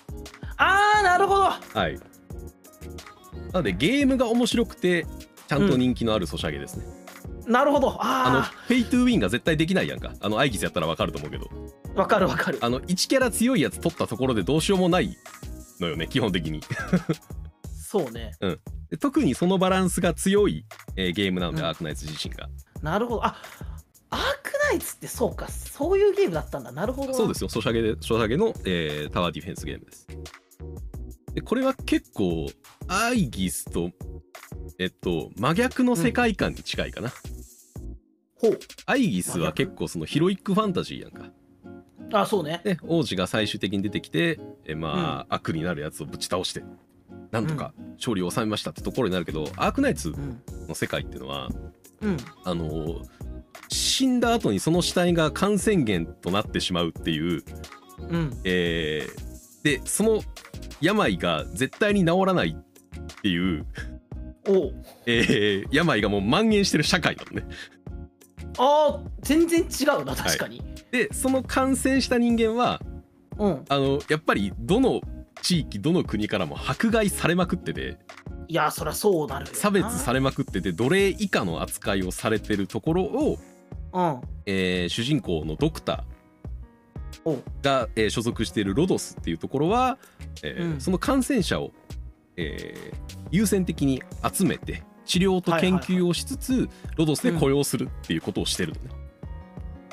[SPEAKER 2] ああなるほど
[SPEAKER 1] はいなのでゲームが面白くてちゃんと人気のあるソシャゲですね、
[SPEAKER 2] なるほど
[SPEAKER 1] あの
[SPEAKER 2] あ
[SPEAKER 1] フェイトゥーウィンが絶対できないやんかあのアイギスやったらわかると思うけど
[SPEAKER 2] あわかるわかる
[SPEAKER 1] あの1キャラ強いやつ取ったところでどうしようもないのよね基本的に
[SPEAKER 2] そうね
[SPEAKER 1] で特にそのバランスが強い、えーゲームなので、
[SPEAKER 2] うん
[SPEAKER 1] アークナイツ自身が
[SPEAKER 2] なるほどあアークナイツってそうかそういうゲームだったんだなるほど
[SPEAKER 1] そうですすよソシャゲでソシャゲの、えータワーディフェンスゲームですでこれは結構アイギスとえっと真逆の世界観に近いかな、
[SPEAKER 2] ほう
[SPEAKER 1] アイギスは結構そのヒロイックファンタジーやんか
[SPEAKER 2] あそうね
[SPEAKER 1] ね、王子が最終的に出てきてえまあ、悪になるやつをぶち倒してなんとか勝利を収めましたってところになるけど、アークナイツ
[SPEAKER 2] うん
[SPEAKER 1] の世界っていうのは
[SPEAKER 2] うん
[SPEAKER 1] あのー死んだ後にその死体が感染源となってしまうっていう、
[SPEAKER 2] うん
[SPEAKER 1] えーでその病が絶対に治らないっていう、
[SPEAKER 2] おう
[SPEAKER 1] えー病がもう蔓延してる社会なのね。
[SPEAKER 2] あー全然違うな確かに、
[SPEAKER 1] でその感染した人間は
[SPEAKER 2] うん
[SPEAKER 1] あのやっぱりどの地域どの国からも迫害されまくってて
[SPEAKER 2] いやそりゃそうなるよな
[SPEAKER 1] 差別されまくってて奴隷以下の扱いをされてるところを、
[SPEAKER 2] うん
[SPEAKER 1] えー主人公のドクタ
[SPEAKER 2] おう
[SPEAKER 1] ーが、えー所属しているロドスっていうところは、えー
[SPEAKER 2] うん
[SPEAKER 1] その感染者を、えー優先的に集めて治療と研究をしつつ、ロドスで雇用するっていうことをしてるのね、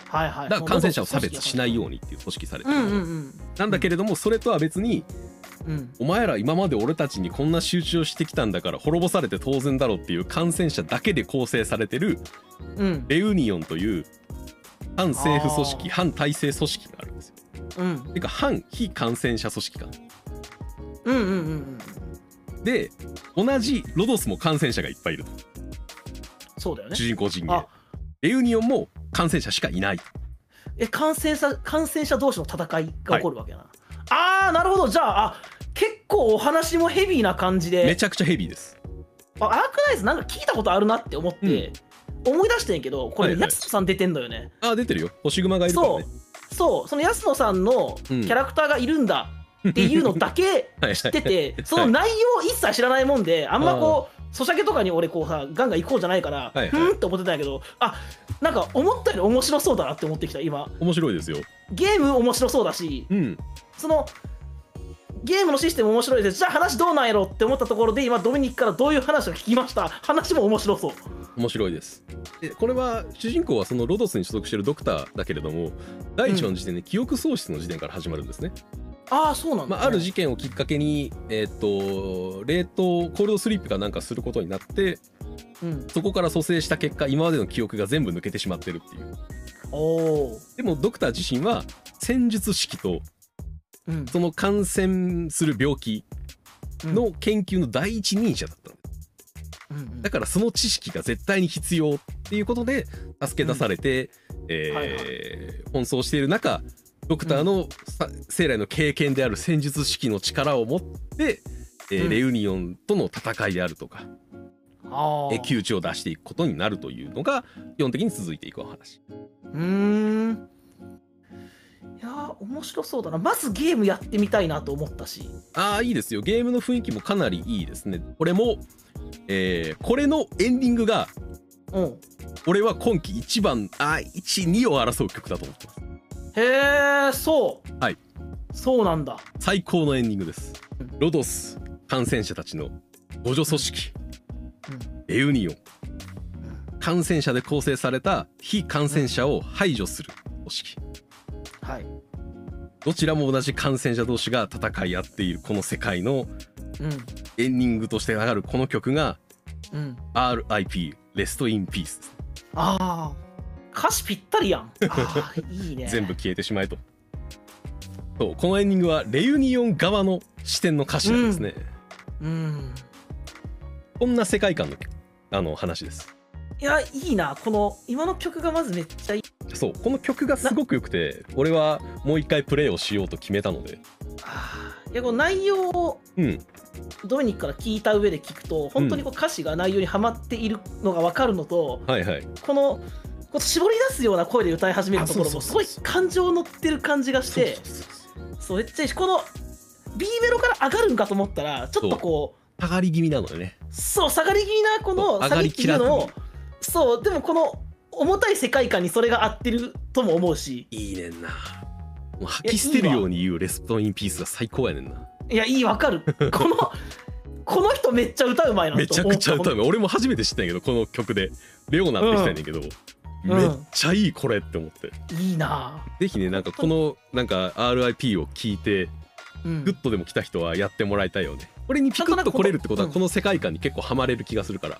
[SPEAKER 2] はいはい
[SPEAKER 1] だから感染者を差別しないよ
[SPEAKER 2] う
[SPEAKER 1] うにっていう組織されて
[SPEAKER 2] う
[SPEAKER 1] る、
[SPEAKER 2] んうんうん
[SPEAKER 1] なんだけれどもそれとは別に
[SPEAKER 2] うん
[SPEAKER 1] お前ら今まで俺たちにこんな集中をしてきたんだから滅ぼされて当然だろっていう感染者だけで構成されてる
[SPEAKER 2] うん
[SPEAKER 1] レウニオンという反政府組織
[SPEAKER 2] あー
[SPEAKER 1] 反体制組織があるんですよ。
[SPEAKER 2] うん
[SPEAKER 1] てか反非感染者組織か。
[SPEAKER 2] うんうんうんうん
[SPEAKER 1] で同じロドスも感染者がいっぱいいると
[SPEAKER 2] そうだよね
[SPEAKER 1] 主人公陣営
[SPEAKER 2] あ。
[SPEAKER 1] レウニオンも感染者しかいない。
[SPEAKER 2] え感染者感染者同士の戦いが起こるわけやな、あーなるほどじゃああ結構お話もヘビーな感じで
[SPEAKER 1] めちゃくちゃヘビーです。
[SPEAKER 2] あアークナイズなんか聞いたことあるなって思って、思い出してんけどこ
[SPEAKER 1] は
[SPEAKER 2] れ
[SPEAKER 1] いはい
[SPEAKER 2] やすさん出てんのよね、
[SPEAKER 1] あ出てるよ星熊がいるから
[SPEAKER 2] そ
[SPEAKER 1] ね。
[SPEAKER 2] うそうその安野さんのキ
[SPEAKER 1] うん
[SPEAKER 2] ャラクターがいるんだってい
[SPEAKER 1] <laughs>
[SPEAKER 2] うのだけ
[SPEAKER 1] はい
[SPEAKER 2] 知ってて、その内容一切知らないもんであんまこうソシャゲとかに俺こうさガンガン行こうじゃないから、
[SPEAKER 1] いはい
[SPEAKER 2] ふーんって思ってたんやけどあなんか思ったより面白そうだなって思ってきた今
[SPEAKER 1] 面白いですよ。
[SPEAKER 2] ゲーム面白そうだし
[SPEAKER 1] うん
[SPEAKER 2] そのゲームのシステム面白いですじゃあ話どうなんやろって思ったところで今ドミニクからどういう話を聞きました話も面白そう
[SPEAKER 1] 面白いですでこれは主人公はそのロドスに所属しているドクターだけれども第一話の時点で記憶喪失の時点から始まるんですね、
[SPEAKER 2] ああそうなんだ、
[SPEAKER 1] まあ、ある事件をきっかけに、えーっと冷凍コールドスリープかなんかすることになって
[SPEAKER 2] うん、
[SPEAKER 1] そこから蘇生した結果今までの記憶が全部抜けてしまってるっていう
[SPEAKER 2] おおー
[SPEAKER 1] でもドクター自身は戦術式と
[SPEAKER 2] うん
[SPEAKER 1] その感染する病気の研究の第一人者だったんです
[SPEAKER 2] うんうん
[SPEAKER 1] だからその知識が絶対に必要っていうことで助け出されて、
[SPEAKER 2] はい
[SPEAKER 1] えー奔走している中ドクターのさ生来の経験である戦術式の力を持って、えー
[SPEAKER 2] うん
[SPEAKER 1] レユニオンとの戦いであるとか、
[SPEAKER 2] あ
[SPEAKER 1] え
[SPEAKER 2] ー
[SPEAKER 1] ー窮地を出していくことになるというのが基本的に続いていくお話。
[SPEAKER 2] うーんいやー面白そうだなまずゲームやってみたいなと思ったし
[SPEAKER 1] ああいいですよゲームの雰囲気もかなりいいですね。これも、えーこれのエンディングが
[SPEAKER 2] うん
[SPEAKER 1] 俺は今季一番あ12を争う曲だと思ってます。
[SPEAKER 2] へえそう
[SPEAKER 1] はい
[SPEAKER 2] そうなんだ
[SPEAKER 1] 最高のエンディングですロドス感染者たちの互助組織エウニオン感染者で構成された非感染者を排除する組織
[SPEAKER 2] はい、
[SPEAKER 1] どちらも同じ感染者同士が戦い合っているこの世界の
[SPEAKER 2] うん
[SPEAKER 1] エンディングとして流れるこの曲が
[SPEAKER 2] うん、
[SPEAKER 1] RIP レストインピースです
[SPEAKER 2] ああ歌詞ぴったりやんあーいいね
[SPEAKER 1] <laughs> 全部消えてしまえとそうこのエンディングはレユニオン側の視点の歌詞なんですね、
[SPEAKER 2] うん
[SPEAKER 1] こんな世界観のあの話です
[SPEAKER 2] いやいいなこの今の曲がまずめっちゃいい
[SPEAKER 1] そうこの曲がすごく良くて俺はもう一回プレイをしようと決めたので
[SPEAKER 2] あーいやこの内容を
[SPEAKER 1] うん
[SPEAKER 2] ドミニクから聞いた上で聞くと本当にこう歌詞が内容にはまっているのが分かるのと、
[SPEAKER 1] はいはい
[SPEAKER 2] このこう絞り出すような声で歌い始めるところ
[SPEAKER 1] あそ
[SPEAKER 2] も
[SPEAKER 1] う
[SPEAKER 2] す
[SPEAKER 1] そ
[SPEAKER 2] ご
[SPEAKER 1] う
[SPEAKER 2] い
[SPEAKER 1] そう
[SPEAKER 2] 感情乗ってる感じがして
[SPEAKER 1] そうそうそうそう
[SPEAKER 2] そうめっちゃいいしこの B メロから上がるんかと思ったらちょっとこ
[SPEAKER 1] 上がり気味なのよね
[SPEAKER 2] うそう下がり気味なこ
[SPEAKER 1] そう上
[SPEAKER 2] の下
[SPEAKER 1] が
[SPEAKER 2] が
[SPEAKER 1] り
[SPEAKER 2] り
[SPEAKER 1] き
[SPEAKER 2] 気
[SPEAKER 1] ら
[SPEAKER 2] 味
[SPEAKER 1] ずに
[SPEAKER 2] のをそうでもこの重たい世界観にそれが合ってるとも思うし
[SPEAKER 1] いいねんなもう吐き捨てるように言うレストインピースが最高やねんない
[SPEAKER 2] やいいわかる
[SPEAKER 1] <laughs>
[SPEAKER 2] このこの人めっちゃ歌うまいな
[SPEAKER 1] めちゃくちゃ歌
[SPEAKER 2] う
[SPEAKER 1] うの俺も初めて知ったんやけどこの曲でレオナって人やねんけど、
[SPEAKER 2] うん
[SPEAKER 1] めっちゃいいこれって思って、
[SPEAKER 2] いいな
[SPEAKER 1] ぜひねなんかこのなんか RIP を聞いて
[SPEAKER 2] うん
[SPEAKER 1] グッとでも来た人はやってもらいたいよねここれにピクッと来れるってことは
[SPEAKER 2] なん
[SPEAKER 1] こ
[SPEAKER 2] となくこの
[SPEAKER 1] の世界観に結構ハマれる気がするから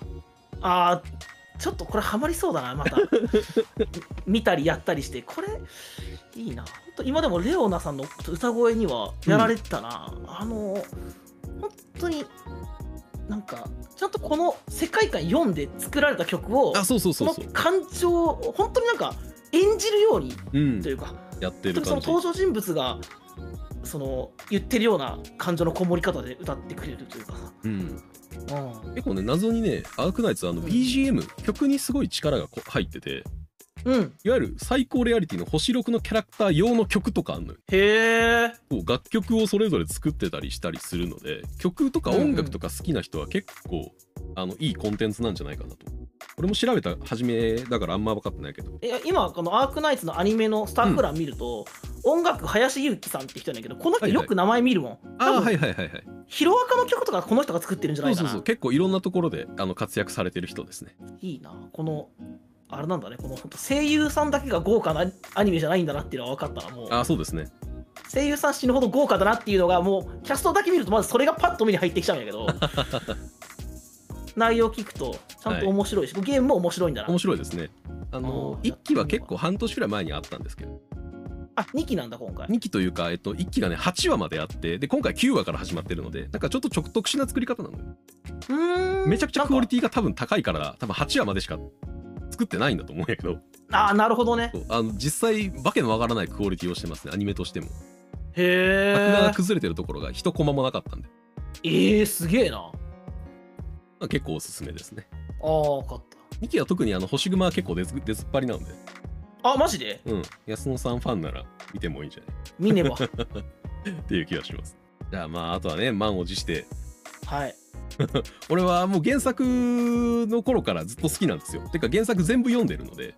[SPEAKER 2] あーちょっとこれハマりそうだ
[SPEAKER 1] <laughs>
[SPEAKER 2] なまた見たりやったりしてこれいいなほんと今でもレオナさんの歌声にはやられてたな、あの本当になんかちゃんとこの世界観読んで作られた曲を
[SPEAKER 1] あそうそうそうそう
[SPEAKER 2] の感情を本当になんか演じるように
[SPEAKER 1] うん
[SPEAKER 2] というか、
[SPEAKER 1] やってる
[SPEAKER 2] 本当にそ
[SPEAKER 1] 感
[SPEAKER 2] の
[SPEAKER 1] じ
[SPEAKER 2] 登場人物がその言ってるような感情のこもり方で歌ってくれるというかさ、
[SPEAKER 1] うん
[SPEAKER 2] うん
[SPEAKER 1] 結構ね謎にねアークナイツはあの
[SPEAKER 2] うん
[SPEAKER 1] BGM 曲にすごい力がこう入ってて
[SPEAKER 2] うん、
[SPEAKER 1] いわゆる最高レアリティの星6のキャラクター用の曲とかあんのよ
[SPEAKER 2] へえ
[SPEAKER 1] こう楽曲をそれぞれ作ってたりしたりするので曲とか音楽とか好きな人は結構、あのいいコンテンツなんじゃないかなと俺も調べた初めだからあんま分かってないけど
[SPEAKER 2] いや今この「アークナイツ」のアニメのスタッフ欄見ると、音楽林裕樹さんって人やねんけどこの人
[SPEAKER 1] はいは
[SPEAKER 2] よ
[SPEAKER 1] い
[SPEAKER 2] く名前見るもん、
[SPEAKER 1] ああ
[SPEAKER 2] 多
[SPEAKER 1] ー
[SPEAKER 2] 分、
[SPEAKER 1] はいはいはいはい
[SPEAKER 2] ヒロアカの曲とかこの人が作ってるんじゃ
[SPEAKER 1] そ
[SPEAKER 2] な
[SPEAKER 1] う
[SPEAKER 2] いか
[SPEAKER 1] そう
[SPEAKER 2] な
[SPEAKER 1] そう結構いろんなところであの活躍されてる人ですね
[SPEAKER 2] いいなこのあれなんだねこのほんと声優さんだけが豪華なアニメじゃないんだなっていうのは分かったなもう
[SPEAKER 1] ああそうですね
[SPEAKER 2] 声優さん死ぬほど豪華だなっていうのがもうキャストだけ見るとまずそれがパッと目に入ってきちゃうんや
[SPEAKER 1] <laughs>
[SPEAKER 2] けど内容聞くとちゃんと面白いし、ゲームも面白いんだな
[SPEAKER 1] 面白いですねあの
[SPEAKER 2] あー
[SPEAKER 1] 1期は結構半年くらい前にあったんですけど
[SPEAKER 2] あ2期なんだ今回
[SPEAKER 1] 2期というか、えっと、1期がね8話まであってで今回9話から始まってるのでなんかちょっと直特殊な作り方なのよ
[SPEAKER 2] うーん
[SPEAKER 1] めちゃくちゃクオリ
[SPEAKER 2] ティ
[SPEAKER 1] ティが多分高いから多分8話までしか作ってないんだと思うんやけど
[SPEAKER 2] ああなるほどね
[SPEAKER 1] そうあの実際わけのわからないクオリティをしてますねアニメとしても
[SPEAKER 2] へ
[SPEAKER 1] 作画
[SPEAKER 2] ー
[SPEAKER 1] が崩れてるところが一コマもなかったんで、
[SPEAKER 2] えー、すげえな。あ
[SPEAKER 1] まあ、結構おすすめですね
[SPEAKER 2] あ、分かっ
[SPEAKER 1] 2期は特にあの星熊は結構出ず出ずっぱりなので
[SPEAKER 2] た。あ、マジで
[SPEAKER 1] うん安野さんファンなら見てもいいんじゃない
[SPEAKER 2] 見
[SPEAKER 1] <laughs>
[SPEAKER 2] ねば。
[SPEAKER 1] っていう気がしますじゃあまああとはね満を持して
[SPEAKER 2] はい。
[SPEAKER 1] 俺はもう原作の頃からずっと好きなんですよてか原作全部読んでるので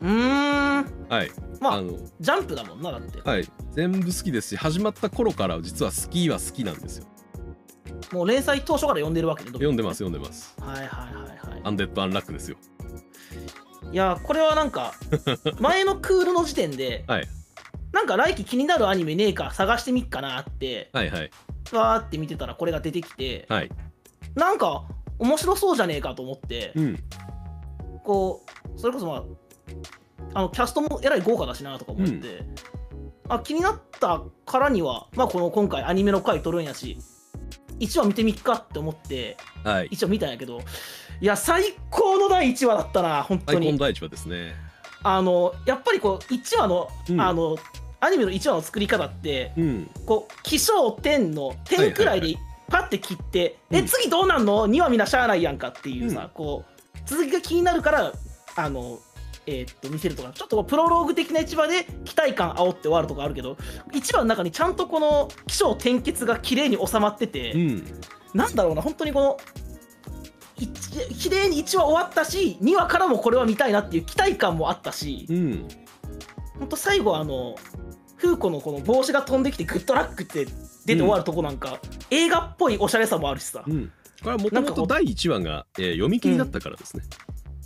[SPEAKER 2] うーん。
[SPEAKER 1] はい
[SPEAKER 2] ま
[SPEAKER 1] あ
[SPEAKER 2] あ、
[SPEAKER 1] の
[SPEAKER 2] ジャンプだもんな、だって。
[SPEAKER 1] はい全部好きですし始まった頃から実は好きは好きなんですよ
[SPEAKER 2] もう連載当初から読んでるわけで、
[SPEAKER 1] 読んでます
[SPEAKER 2] よ。
[SPEAKER 1] 読んでます
[SPEAKER 2] はいはいはい
[SPEAKER 1] ア
[SPEAKER 2] は
[SPEAKER 1] ンデッドアンラックですよ
[SPEAKER 2] い。いやー、これはなん
[SPEAKER 1] <laughs>
[SPEAKER 2] か、前のクールの時点で、
[SPEAKER 1] はい
[SPEAKER 2] なんか来期気になるアニメねえか探してみっかなって、
[SPEAKER 1] はいはい
[SPEAKER 2] わーって見てたらこれが出てきて、
[SPEAKER 1] はい
[SPEAKER 2] なんか面白そうじゃねえかと思って、
[SPEAKER 1] うん
[SPEAKER 2] こうそれこそまああのキャストもえらい豪華だしなとか思って、あ気になったからには、まあ、この今回アニメの回撮るんやし1話見てみっかって思って
[SPEAKER 1] はい
[SPEAKER 2] 1話見たんやけどいや最高の第1話だったな本
[SPEAKER 1] アイ
[SPEAKER 2] 当
[SPEAKER 1] コン
[SPEAKER 2] に
[SPEAKER 1] 第一話ですね
[SPEAKER 2] あのやっぱりこう1話の,、
[SPEAKER 1] うん
[SPEAKER 2] あのアニメの1話の作り方って
[SPEAKER 1] うん
[SPEAKER 2] こう起承点の点くらい
[SPEAKER 1] は
[SPEAKER 2] でパッて切って、
[SPEAKER 1] うん
[SPEAKER 2] え次どうなんの2話見なしゃあないやんかっていうさ、
[SPEAKER 1] うん
[SPEAKER 2] こう続きが気になるからあの、えーっと見せるとかちょっとこうプロローグ的な一話で期待感煽って終わるとかあるけど一話の中にちゃんとこの起承転結が綺麗に収まってて、
[SPEAKER 1] うん
[SPEAKER 2] なんだろうな本当にこの。一綺麗に1話終わったし2話からもこれは見たいなっていう期待感もあったし
[SPEAKER 1] うん
[SPEAKER 2] ほんと最後あのフーコのこの帽子が飛んできてグッドラックって出て終わるとこなんか、映画っぽいおしゃれさもあるしさ、
[SPEAKER 1] うんこれはもと
[SPEAKER 2] な
[SPEAKER 1] も
[SPEAKER 2] んかことう
[SPEAKER 1] 第1話が、えー読み切りだったからですね、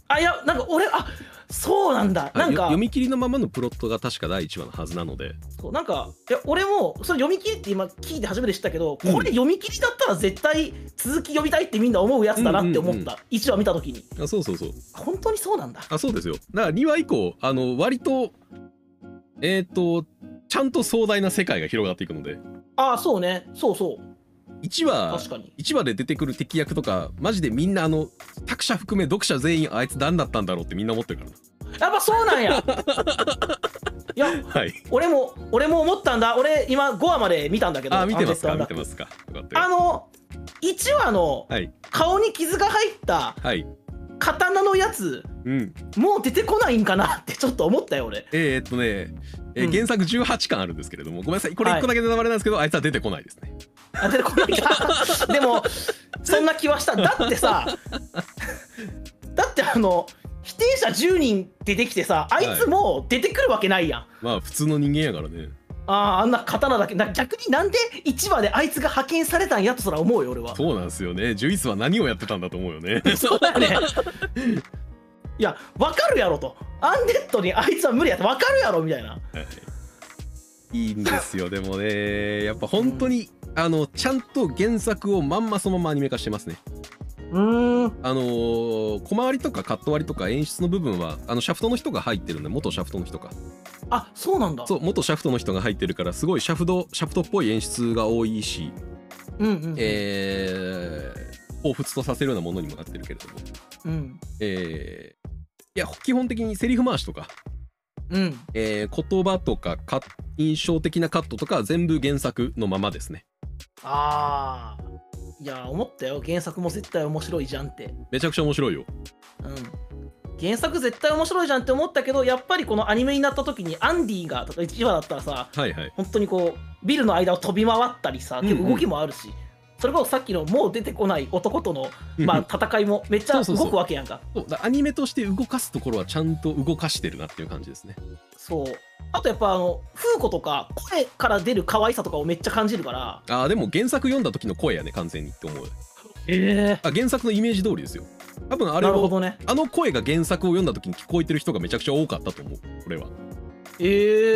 [SPEAKER 2] あいやなんか俺あそうなんだ
[SPEAKER 1] は
[SPEAKER 2] ないん
[SPEAKER 1] よ
[SPEAKER 2] か
[SPEAKER 1] 読み切りのままのプロットが確か第1話のはずなので
[SPEAKER 2] そうなんかいや俺もそれ読み切りって今聞いて初めて知ったけど、
[SPEAKER 1] うん
[SPEAKER 2] これ読み切りだったら絶対続き読みたいってみんな思うやつだなって思った、
[SPEAKER 1] うんうんうん
[SPEAKER 2] 1話見た時に
[SPEAKER 1] あそうそうそう
[SPEAKER 2] 本当にそうなんだ
[SPEAKER 1] あそうですよだから2話以降あの割とえっ、とちゃんと壮大な世界が広がっていくので
[SPEAKER 2] ああそうねそうそう
[SPEAKER 1] 1話
[SPEAKER 2] 確かに
[SPEAKER 1] 1話で出てくる敵役とかマジでみんなあの作者含め読者全員あいつ何だったんだろうってみんな思ってるから
[SPEAKER 2] やっぱそうなんや <laughs> いや
[SPEAKER 1] なはい
[SPEAKER 2] 俺も俺も思ったんだ俺今5話まで見たんだけど
[SPEAKER 1] あ見てます
[SPEAKER 2] ア
[SPEAKER 1] か
[SPEAKER 2] ンデ
[SPEAKER 1] 見
[SPEAKER 2] ッド
[SPEAKER 1] て
[SPEAKER 2] アンラック
[SPEAKER 1] ますかよかったよ
[SPEAKER 2] あの1話の
[SPEAKER 1] はい
[SPEAKER 2] 顔に傷が入った
[SPEAKER 1] はい
[SPEAKER 2] 刀のやつ
[SPEAKER 1] うん
[SPEAKER 2] もう出てこないんかなって <laughs> ちょっと思ったよ俺
[SPEAKER 1] えー、っとね、えー
[SPEAKER 2] うん
[SPEAKER 1] 原作18巻あるんですけれども、ごめんなさい、これ1個だけネタバレなんですけど、あいつは出てこないですね。
[SPEAKER 2] あ出てこない <laughs> かでもそんな気はしただってさ <laughs> だってあの否定者10人出てきてさあいつもう出てくるわけないやん、
[SPEAKER 1] まあ、普通の人間やからね。
[SPEAKER 2] あああんな刀だけな逆になんで1話であいつが派遣されたんやとすら思うよ俺は
[SPEAKER 1] そうなんですよね。11スは何をやってたんだと思うよ
[SPEAKER 2] <laughs>
[SPEAKER 1] ね。
[SPEAKER 2] そうだよね。いや、わかるやろと。アンデッドにあいつは無理やってわかるやろみたいな。
[SPEAKER 1] いいんです
[SPEAKER 2] <laughs>
[SPEAKER 1] よでもねやっぱ本当に、あのちゃんと原作をまんまそのままアニメ化してますね
[SPEAKER 2] うーん。
[SPEAKER 1] あのー小回りとかカット割りとか演出の部分はあのシャフトの人が入ってるんで元シャフトの人か
[SPEAKER 2] あ、そうなんだ。。
[SPEAKER 1] そうう元シャフトの人が入ってるからすごいシャフトシャフトっぽい演出が多いし、
[SPEAKER 2] うんうん。
[SPEAKER 1] えー、彷彿とさせるようなものにもなってるけれども、
[SPEAKER 2] うん。
[SPEAKER 1] えーいや基本的にセリフ回しとか、
[SPEAKER 2] うん。
[SPEAKER 1] えー言葉とかカッ印象的なカットとかは全部原作のままですね
[SPEAKER 2] ああ。いや、思ったよ。原作も絶対面白いじゃんって。
[SPEAKER 1] めちゃくちゃ面白いよ
[SPEAKER 2] うん。原作絶対面白いじゃんって思ったけど、やっぱりこのアニメになった時にアンディが、とか1話だったらさ、
[SPEAKER 1] はいはい
[SPEAKER 2] 本当にこう、ビルの間を飛び回ったりさ、結構動きもあるし、それこそさっきのもう出てこない男との、まあ、戦いもめっちゃ
[SPEAKER 1] そうそうそう
[SPEAKER 2] 動くわけやんか。
[SPEAKER 1] そうだアニメとして動かすところはちゃんと動かしてるなっていう感じですね
[SPEAKER 2] そうあとやっぱあの風子とか声から出る可愛さとかをめっちゃ感じるから
[SPEAKER 1] あーでも原作読んだ時の声やね完全にって思う
[SPEAKER 2] え
[SPEAKER 1] あ原作のイメージ通りですよ多分あれ
[SPEAKER 2] なる
[SPEAKER 1] を
[SPEAKER 2] ほどね
[SPEAKER 1] あの声が原作を読んだ時に聞こえてる人がめちゃくちゃ多かったと思うこれは
[SPEAKER 2] え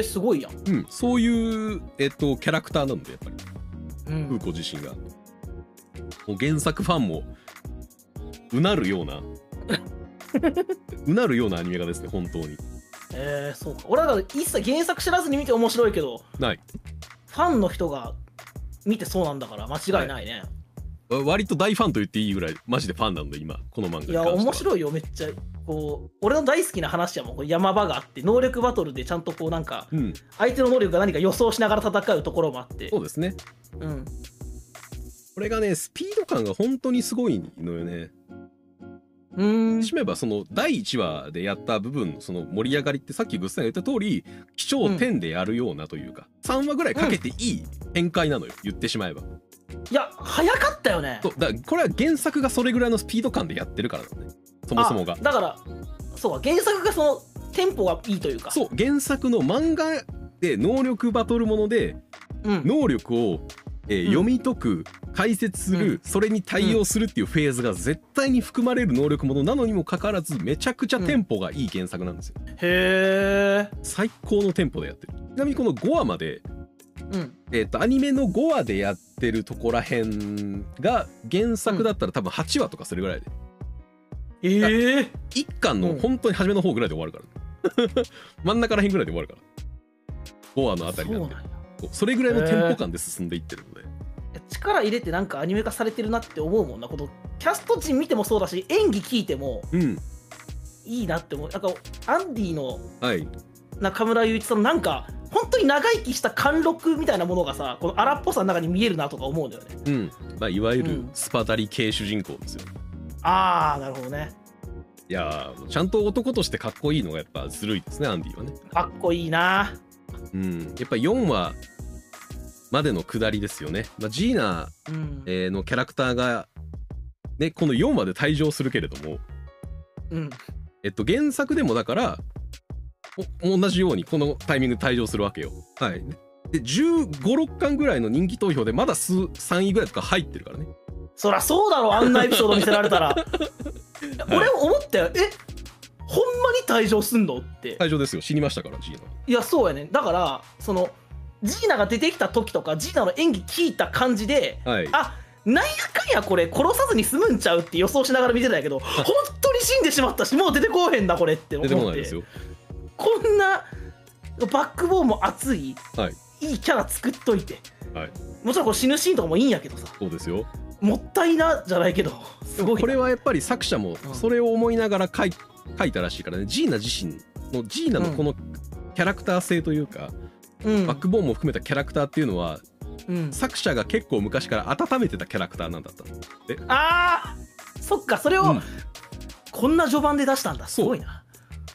[SPEAKER 2] ー、すごいやん
[SPEAKER 1] うんそういうえっとキャラクターなんでやっぱり
[SPEAKER 2] うん
[SPEAKER 1] 風子自身がもう原作ファンもうなるよう <laughs> なうなるようなアニメ化ですね本当に
[SPEAKER 2] えー、そうか俺はだから一切原作知らずに見て面白いけど
[SPEAKER 1] ない
[SPEAKER 2] ファンの人が見てそうなんだから間違いないね、
[SPEAKER 1] わ割と大ファンと言っていいぐらいマジでファンなんで今この漫画に関し
[SPEAKER 2] い、
[SPEAKER 1] て
[SPEAKER 2] や
[SPEAKER 1] は
[SPEAKER 2] 面白いよめっちゃこう俺の大好きな話やもんこれ山場があって能力バトルでちゃんとこうなんか
[SPEAKER 1] うん
[SPEAKER 2] 相手の能力が何か予想しながら戦うところもあって
[SPEAKER 1] そうですね
[SPEAKER 2] うん
[SPEAKER 1] これがねスピード感が本当にすごいのよね
[SPEAKER 2] うーん
[SPEAKER 1] しめばその第1話でやった部分のその盛り上がりってさっきグッさんが言った通り基調点でやるようなというか、3話ぐらいかけていい展開なのよ言ってしまえば、
[SPEAKER 2] いや早かったよね
[SPEAKER 1] そうだからこれは原作がそれぐらいのスピード感でやってるからなのねそもそもが
[SPEAKER 2] あだからそうか原作がそのテンポがいいというか
[SPEAKER 1] そう原作の漫画で能力バトルもので
[SPEAKER 2] う、ん、
[SPEAKER 1] 能力を、えー
[SPEAKER 2] うん
[SPEAKER 1] 読み解く解説する、
[SPEAKER 2] うん
[SPEAKER 1] それに対応するっていうフェーズが絶対に含まれる能力ものなのにもかかわらずめちゃくちゃテンポがいい原作なんですよ、
[SPEAKER 2] へえ
[SPEAKER 1] 最高のテンポでやってるちなみにこの5話まで
[SPEAKER 2] うん
[SPEAKER 1] えっとアニメの5話でやってるとこらへんが原作だったら多分8話とかするぐらいで
[SPEAKER 2] えー、
[SPEAKER 1] 1巻の
[SPEAKER 2] うん
[SPEAKER 1] 本当に初めの方ぐらいで終わるから、 <laughs> 真ん中らへんぐらいで終わるから5話のあたり
[SPEAKER 2] そ
[SPEAKER 1] な
[SPEAKER 2] うんな
[SPEAKER 1] で
[SPEAKER 2] んや
[SPEAKER 1] そうそれぐらいのテンポ感で進んでいってるので、
[SPEAKER 2] 力入れてなんかアニメ化されてるなって思うもんなこのキャスト陣見てもそうだし演技聞いても
[SPEAKER 1] うん
[SPEAKER 2] いいなって思うなんかアンディの
[SPEAKER 1] はい
[SPEAKER 2] 中村雄一さんのなんか本当に長生きした貫禄みたいなものがさこの荒っぽさの中に見えるなとか思うんだよね
[SPEAKER 1] うんまあいわゆ
[SPEAKER 2] う
[SPEAKER 1] る
[SPEAKER 2] ん
[SPEAKER 1] スパダリ系主人公ですよ、
[SPEAKER 2] ああなるほどね
[SPEAKER 1] いやーちゃんと男としてかっこいいのがやっぱずるいですねアンディはね
[SPEAKER 2] かっこいいな
[SPEAKER 1] うんやっぱ4話までの下りですよね、まあ、ジーナ
[SPEAKER 2] うん、
[SPEAKER 1] えーのキャラクターが、ね、この4話で退場するけれども、
[SPEAKER 2] うん
[SPEAKER 1] えっと、原作でもだからお同じようにこのタイミングで退場するわけよ。はい、で1 5 6巻ぐらいの人気投票でまだ数3位ぐらいとか入ってるからね。
[SPEAKER 2] そりゃそうだろあんなエピソード見せられたら俺思ったよえほんまに退場すんのって、
[SPEAKER 1] 退場ですよ死にましたからジーナ。
[SPEAKER 2] い、やそうやねだからそのジーナが出てきた時とかジーナの演技聞いた感じで
[SPEAKER 1] はい、
[SPEAKER 2] あなんやかんやこれ殺さずに済むんちゃうって予想しながら見てたん
[SPEAKER 1] <laughs>
[SPEAKER 2] やけど本当に死んでしまったしもう出てこうへんなこれって思
[SPEAKER 1] 出
[SPEAKER 2] ってて
[SPEAKER 1] こないですよ。
[SPEAKER 2] こんなバックボーンも熱い、
[SPEAKER 1] はい、
[SPEAKER 2] いいキャラ作っといて、
[SPEAKER 1] はい
[SPEAKER 2] もちろんこれ死ぬシーンとかもいいんやけどさ
[SPEAKER 1] そうですよ
[SPEAKER 2] もったいなじゃないけどすごいな
[SPEAKER 1] これはやっぱり作者も
[SPEAKER 2] うん
[SPEAKER 1] それを思いながら書い書いたらしいからねジーナ自身のジーナのこのキャラクター性というか、
[SPEAKER 2] うん
[SPEAKER 1] バックボーンも含めたキャラクターっていうのは
[SPEAKER 2] うん、
[SPEAKER 1] 作者が結構昔から温めてたキャラクターなんだったの
[SPEAKER 2] あーそっかそれを
[SPEAKER 1] うん
[SPEAKER 2] こんな序盤で出したんだす
[SPEAKER 1] そう
[SPEAKER 2] ごいな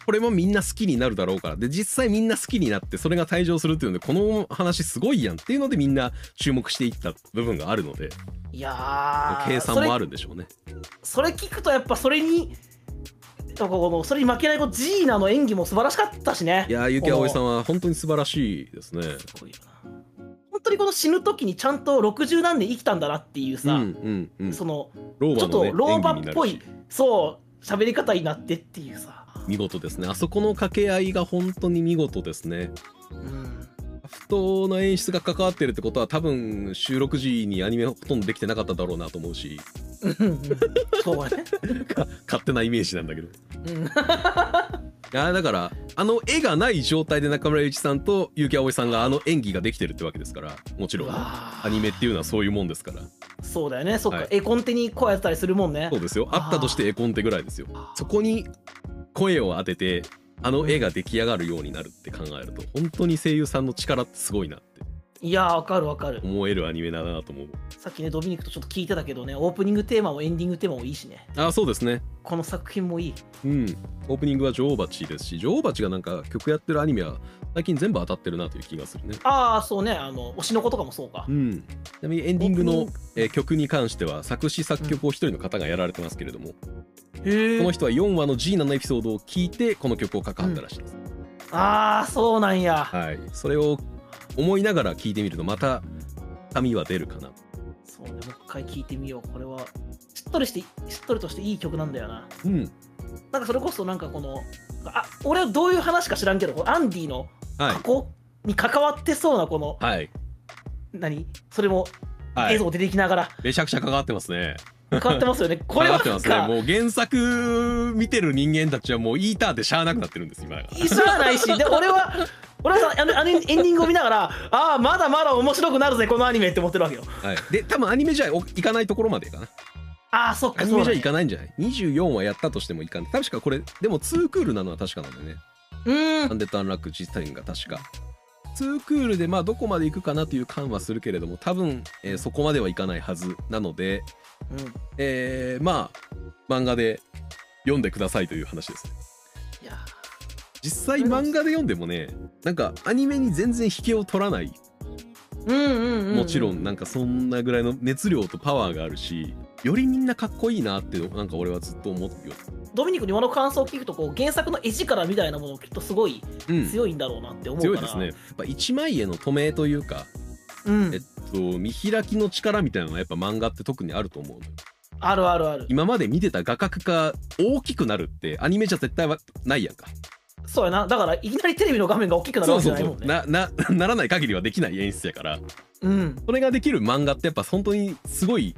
[SPEAKER 1] これもみんな好きになるだろうからで実際みんな好きになってそれが退場するっていうのでこの話すごいやんっていうのでみんな注目していった部分があるので
[SPEAKER 2] いやー
[SPEAKER 1] 計算もあるんでしょうね
[SPEAKER 2] それそれ聞くとやっぱそれにこのそれに負けないこうジーナの演技も素晴らしかったしね
[SPEAKER 1] いやー結城葵さ
[SPEAKER 2] ん
[SPEAKER 1] んは本当に素晴らしいですね
[SPEAKER 2] すごいよな本当にこの死ぬ時にちゃんと60何年生きたんだなってい
[SPEAKER 1] う
[SPEAKER 2] う
[SPEAKER 1] ん
[SPEAKER 2] さ、
[SPEAKER 1] うんうん
[SPEAKER 2] その
[SPEAKER 1] 老
[SPEAKER 2] ちょ
[SPEAKER 1] 婆
[SPEAKER 2] っ
[SPEAKER 1] の、
[SPEAKER 2] と
[SPEAKER 1] ね、
[SPEAKER 2] 老婆
[SPEAKER 1] 演技にな
[SPEAKER 2] っ
[SPEAKER 1] るし
[SPEAKER 2] ぽいそう喋り方になってっていうさ、
[SPEAKER 1] 見事ですねあそこの掛け合いが本当に見事ですね
[SPEAKER 2] うん、
[SPEAKER 1] フ人の演出が関わってるってことは多分収録時にアニメほとんどできてなかっただろうなと思うし
[SPEAKER 2] うんうんそうだね。
[SPEAKER 1] か勝手なイメージなんだけど
[SPEAKER 2] うん
[SPEAKER 1] あーだからあの絵がない状態で中村ゆういちさんと結城葵さんがあの演技ができてるってわけですからもちろんア
[SPEAKER 2] ア
[SPEAKER 1] ニメっていうのはそういうもんですから
[SPEAKER 2] そうだよね。そっか、
[SPEAKER 1] はい
[SPEAKER 2] 絵コンテにこうやってたりするもんね
[SPEAKER 1] そう。ですよあったとして絵コンテぐらいですよそこに声を当ててあの絵が出来上がるようになるって考えると本当に声優さんの力ってすごいなって
[SPEAKER 2] いやー、わかるわかる。
[SPEAKER 1] 思えるアニメだなと思う
[SPEAKER 2] さっきね、ドミニクとちょっと聞いてたけどね、オープニングテーマもエンディングテーマもいいしね。
[SPEAKER 1] あーそうですね
[SPEAKER 2] この作品もいい。
[SPEAKER 1] うんオープニングは女王蜂ですし女王蜂がなんか曲やってるアニメは最近全部当たってるなという気がするね
[SPEAKER 2] ああ、そうね、あの、推しの子とかもそうか
[SPEAKER 1] う。ん、ちなみにエンディング
[SPEAKER 2] オー
[SPEAKER 1] の
[SPEAKER 2] プニング、
[SPEAKER 1] えー曲に関しては作詞作曲を一人の方がやられてますけれども、
[SPEAKER 2] へ
[SPEAKER 1] この
[SPEAKER 2] え。
[SPEAKER 1] 人は4話のジーナのエピソードを聞いてこの曲を書かったらしいです、
[SPEAKER 2] ああ、そうなんや。
[SPEAKER 1] はいそれを思いながら聞いてみるとまた髪は出るかな
[SPEAKER 2] そうね、もう一回聞いてみよう。これは、しっとりして、しっとりとしていい曲なんだよな。
[SPEAKER 1] うん
[SPEAKER 2] なんかそれこそなんかこの、あ、俺はどういう話か知らんけど、このアンディの
[SPEAKER 1] はい
[SPEAKER 2] 過去に関わってそうな、この、
[SPEAKER 1] はい
[SPEAKER 2] 何それも
[SPEAKER 1] は
[SPEAKER 2] 映
[SPEAKER 1] い
[SPEAKER 2] 像出てきな
[SPEAKER 1] <laughs>
[SPEAKER 2] がら、
[SPEAKER 1] めちゃくちゃ関わってますね
[SPEAKER 2] 変わってますよね。これは
[SPEAKER 1] 関
[SPEAKER 2] な
[SPEAKER 1] わ
[SPEAKER 2] ん
[SPEAKER 1] ってます
[SPEAKER 2] か、
[SPEAKER 1] ねもう原作見てる人間たちはもうイーターでしゃあなくなってるんです今だから
[SPEAKER 2] 一緒じゃないし、で俺は、俺はさあのあのエンディングを見ながら、ああ、まだまだ面白くなるぜ、このアニメって思ってるわけよ。
[SPEAKER 1] はい、で多分アニメじゃおいかないところまでかな
[SPEAKER 2] ああ、そっ
[SPEAKER 1] ア
[SPEAKER 2] か、
[SPEAKER 1] ニ
[SPEAKER 2] そう
[SPEAKER 1] メじ
[SPEAKER 2] だ
[SPEAKER 1] ゃ
[SPEAKER 2] ね
[SPEAKER 1] いかないんじゃない24話やったとしてもいかない確かこれでも2クールなのは確かなんだよね
[SPEAKER 2] うー
[SPEAKER 1] ア
[SPEAKER 2] ん、
[SPEAKER 1] ンデッド・アンラック自体が確か2クールでまあどこまで行くかなという感はするけれども多分、えーそこまではいかないはずなので、
[SPEAKER 2] うん。
[SPEAKER 1] えーまあ漫画で読んでくださいという話ですね
[SPEAKER 2] いや
[SPEAKER 1] 実際漫画で読んでもねなんかアニメに全然引けを取らない
[SPEAKER 2] ーうんうんうん。
[SPEAKER 1] もちろんなんかそんなぐらいの熱量とパワーがあるしよりみんなかっこいいなってなんか俺はずっと思ってるよ
[SPEAKER 2] ドミニクに今の感想を聞くとこう原作の絵力みたいなものきっとすごい
[SPEAKER 1] うん
[SPEAKER 2] 強いんだろうなって思うか
[SPEAKER 1] 強
[SPEAKER 2] ら、
[SPEAKER 1] いですねやっぱ一枚絵の止めというか、
[SPEAKER 2] うん
[SPEAKER 1] えっと、見開きの力みたいなのはやっぱ漫画って特にあると思うのよ
[SPEAKER 2] あるあるある
[SPEAKER 1] 今まで見てた画角が大きくなるってアニメじゃ絶対はないやんか
[SPEAKER 2] そうやなだからいきなりテレビの画面が大きくなる
[SPEAKER 1] そ
[SPEAKER 2] わ
[SPEAKER 1] う
[SPEAKER 2] け
[SPEAKER 1] そ
[SPEAKER 2] じゃ
[SPEAKER 1] う
[SPEAKER 2] ない
[SPEAKER 1] そ
[SPEAKER 2] も
[SPEAKER 1] うん
[SPEAKER 2] ね
[SPEAKER 1] なな <laughs> ならない限りはできない演出やから
[SPEAKER 2] うん
[SPEAKER 1] それができる漫画ってやっぱ本当にすごい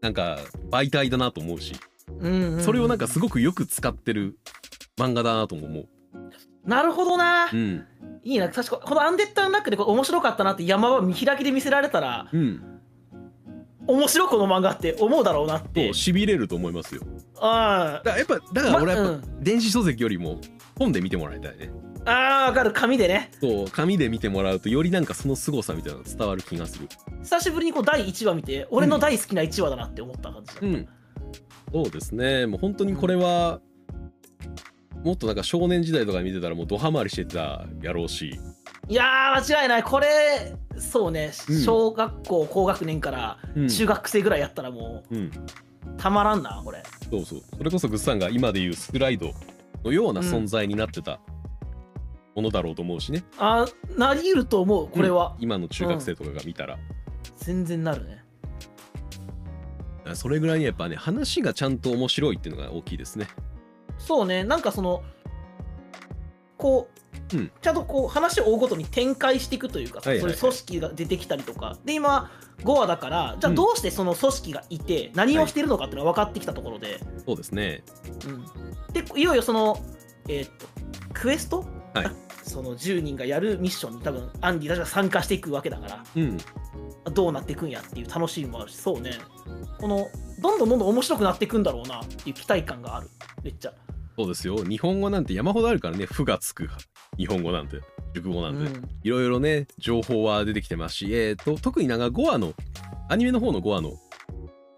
[SPEAKER 1] なんか媒体だなと思うし
[SPEAKER 2] うんうんうん
[SPEAKER 1] それをなんかすごくよく使ってる漫画だなとも思う、
[SPEAKER 2] なるほどな、
[SPEAKER 1] うん
[SPEAKER 2] いいな確かこの「アンデッド・アンラック」でこれ面白かったなって山場見開きで見せられたら
[SPEAKER 1] うん、
[SPEAKER 2] 面白いこの漫画って思うだろうなって
[SPEAKER 1] そうしびれると思いますよ
[SPEAKER 2] あ
[SPEAKER 1] だからやっぱだから俺はやっぱ
[SPEAKER 2] ま
[SPEAKER 1] 電子書籍よりも本で見てもらいたいね
[SPEAKER 2] あーわかる紙でね
[SPEAKER 1] そう紙で見てもらうとよりなんかその凄さみたいなの伝わる気がする
[SPEAKER 2] 久しぶりにこう第1話見て俺の大好きな1話だなって思った感じだった、
[SPEAKER 1] うんそうですねもう本当にこれはもっとなんか少年時代とか見てたらもうドハマりしてたやろうし
[SPEAKER 2] いやー間違いないこれそうね、
[SPEAKER 1] うん
[SPEAKER 2] 小学校高学年から
[SPEAKER 1] うん
[SPEAKER 2] 中学生ぐらいやったらも
[SPEAKER 1] うん
[SPEAKER 2] うたまらんなこれ
[SPEAKER 1] そうそうそれこそグッさんが今で言うスライドのような存在になってたものだろうと思うしね、
[SPEAKER 2] あなりうると思うこれは、
[SPEAKER 1] 今の中学生とかが見たら、
[SPEAKER 2] 全然なるね
[SPEAKER 1] それぐらいにやっぱね話がちゃんと面白いっていうのが大きいですね
[SPEAKER 2] そうねなんかそのこう、
[SPEAKER 1] うん
[SPEAKER 2] ちゃんとこう話を追うごとに展開していくというか、
[SPEAKER 1] はいはいはい
[SPEAKER 2] そういう組織が出てきたりとかで今5話だからじゃあ
[SPEAKER 1] うん
[SPEAKER 2] どうしてその組織がいて、何をしているのかっていうのが分かってきたところで、
[SPEAKER 1] そうですね
[SPEAKER 2] うん、でいよいよその、えーっとクエスト、
[SPEAKER 1] はい
[SPEAKER 2] その10人がやるミッションに多分アンディたちが参加していくわけだか
[SPEAKER 1] うん
[SPEAKER 2] らどうなっていくんやっていう楽しみもあるしそうねこのどんどんどんどん面白くなっていくんだろうなっていう期待感があるめっちゃ、
[SPEAKER 1] そうですよ日本語なんて山ほどあるからね「負」がつく日本語なんて熟語
[SPEAKER 2] う
[SPEAKER 1] なんて、
[SPEAKER 2] ん、
[SPEAKER 1] いろいろね情報は出てきてますし、えー、と特になんか5話のアニメの方の5話の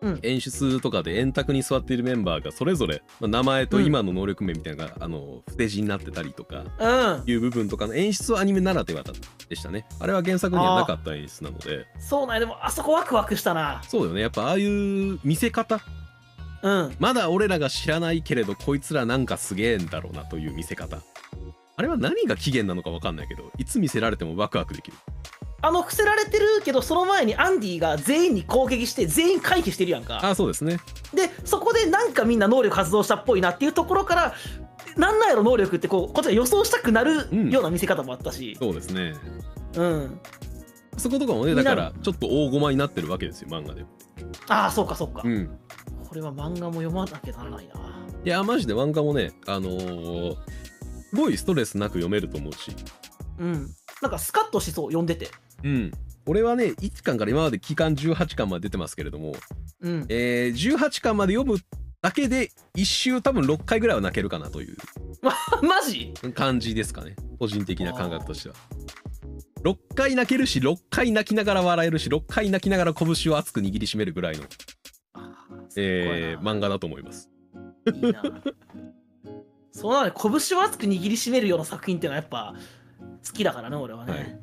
[SPEAKER 2] うん
[SPEAKER 1] 演出とかで円卓に座っているメンバーがそれぞれ、まあ名前と今の能力名みたいなのが、あの不手字になってたりとか
[SPEAKER 2] うん、
[SPEAKER 1] いう部分とかの演出はアニメならではだでしたねあれは原作にはなかった演出なので
[SPEAKER 2] そうなんやでもあそこワクワクしたな
[SPEAKER 1] そうよねやっぱああいう見せ方
[SPEAKER 2] うん
[SPEAKER 1] まだ俺らが知らないけれどこいつらなんかすげえんだろうなという見せ方あれは何が起源なのか分かんないけどいつ見せられてもワクワクできる
[SPEAKER 2] あの伏せられてるけどその前にアンディが全員に攻撃して全員回避してるやんか
[SPEAKER 1] ああそうですね
[SPEAKER 2] でそこでなんかみんな能力発動したっぽいなっていうところからなんなんやろ能力ってこうこっちが予想したくなるような見せ方もあったし、
[SPEAKER 1] そうですね
[SPEAKER 2] うん
[SPEAKER 1] そことかもね
[SPEAKER 2] 気
[SPEAKER 1] だ
[SPEAKER 2] に
[SPEAKER 1] か
[SPEAKER 2] なる
[SPEAKER 1] らちょっと大駒になってるわけですよ漫画でも
[SPEAKER 2] ああそうかそうか、
[SPEAKER 1] うん
[SPEAKER 2] これは漫画も読まなきゃならないない
[SPEAKER 1] やマジで漫画もねあのーすごいストレスなく読めると思うし
[SPEAKER 2] うんなんかスカッとしそう読んでて
[SPEAKER 1] うん俺はね1巻から今まで期間18巻まで出てますけれども、
[SPEAKER 2] うん
[SPEAKER 1] えー18巻まで読むだけで1周多分6回ぐらいは泣けるかなという
[SPEAKER 2] <laughs> マジ
[SPEAKER 1] 感じですかね個人的な感覚としては6回泣けるし6回泣きながら笑えるし6回泣きながら拳を熱く握りしめるぐらいの、
[SPEAKER 2] あーすっごいな
[SPEAKER 1] えー漫画だと思います
[SPEAKER 2] いいな <laughs> そうなのよ拳を熱く握りしめるような作品っていうのはやっぱ好きだからね俺はね、
[SPEAKER 1] はい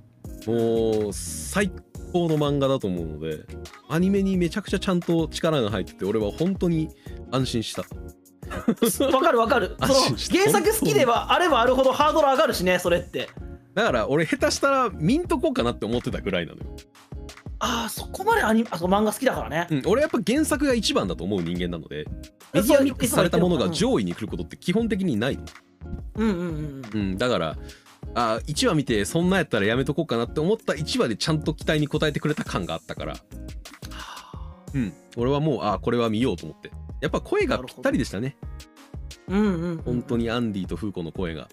[SPEAKER 1] もう最高の漫画だと思うのでアニメにめちゃくちゃちゃんと力が入ってて俺は本当に安心した
[SPEAKER 2] わかるわ
[SPEAKER 1] <laughs>
[SPEAKER 2] かるそ
[SPEAKER 1] 安
[SPEAKER 2] の
[SPEAKER 1] 心した
[SPEAKER 2] 原作好きではあればあるほどハードル上がるしねそれって
[SPEAKER 1] だから俺下手したらミントこうかなって思ってたぐらいなのよ、
[SPEAKER 2] ああそこまでアニあそう漫画好きだからね
[SPEAKER 1] うん、俺やっぱ原作が一番だと思う人間なのでメディアミックスされたものが上位に来ることって基本的にないの
[SPEAKER 2] うんうんうん
[SPEAKER 1] う、ん、だからあ1話見てそんなやったらやめとこうかなって思った1話でちゃんと期待に応えてくれた感があったから、うん、俺はもうあこれは見ようと思ってやっぱ声がぴったりでしたね
[SPEAKER 2] うんうんうんうん
[SPEAKER 1] 本当、にアンディとフーコの声が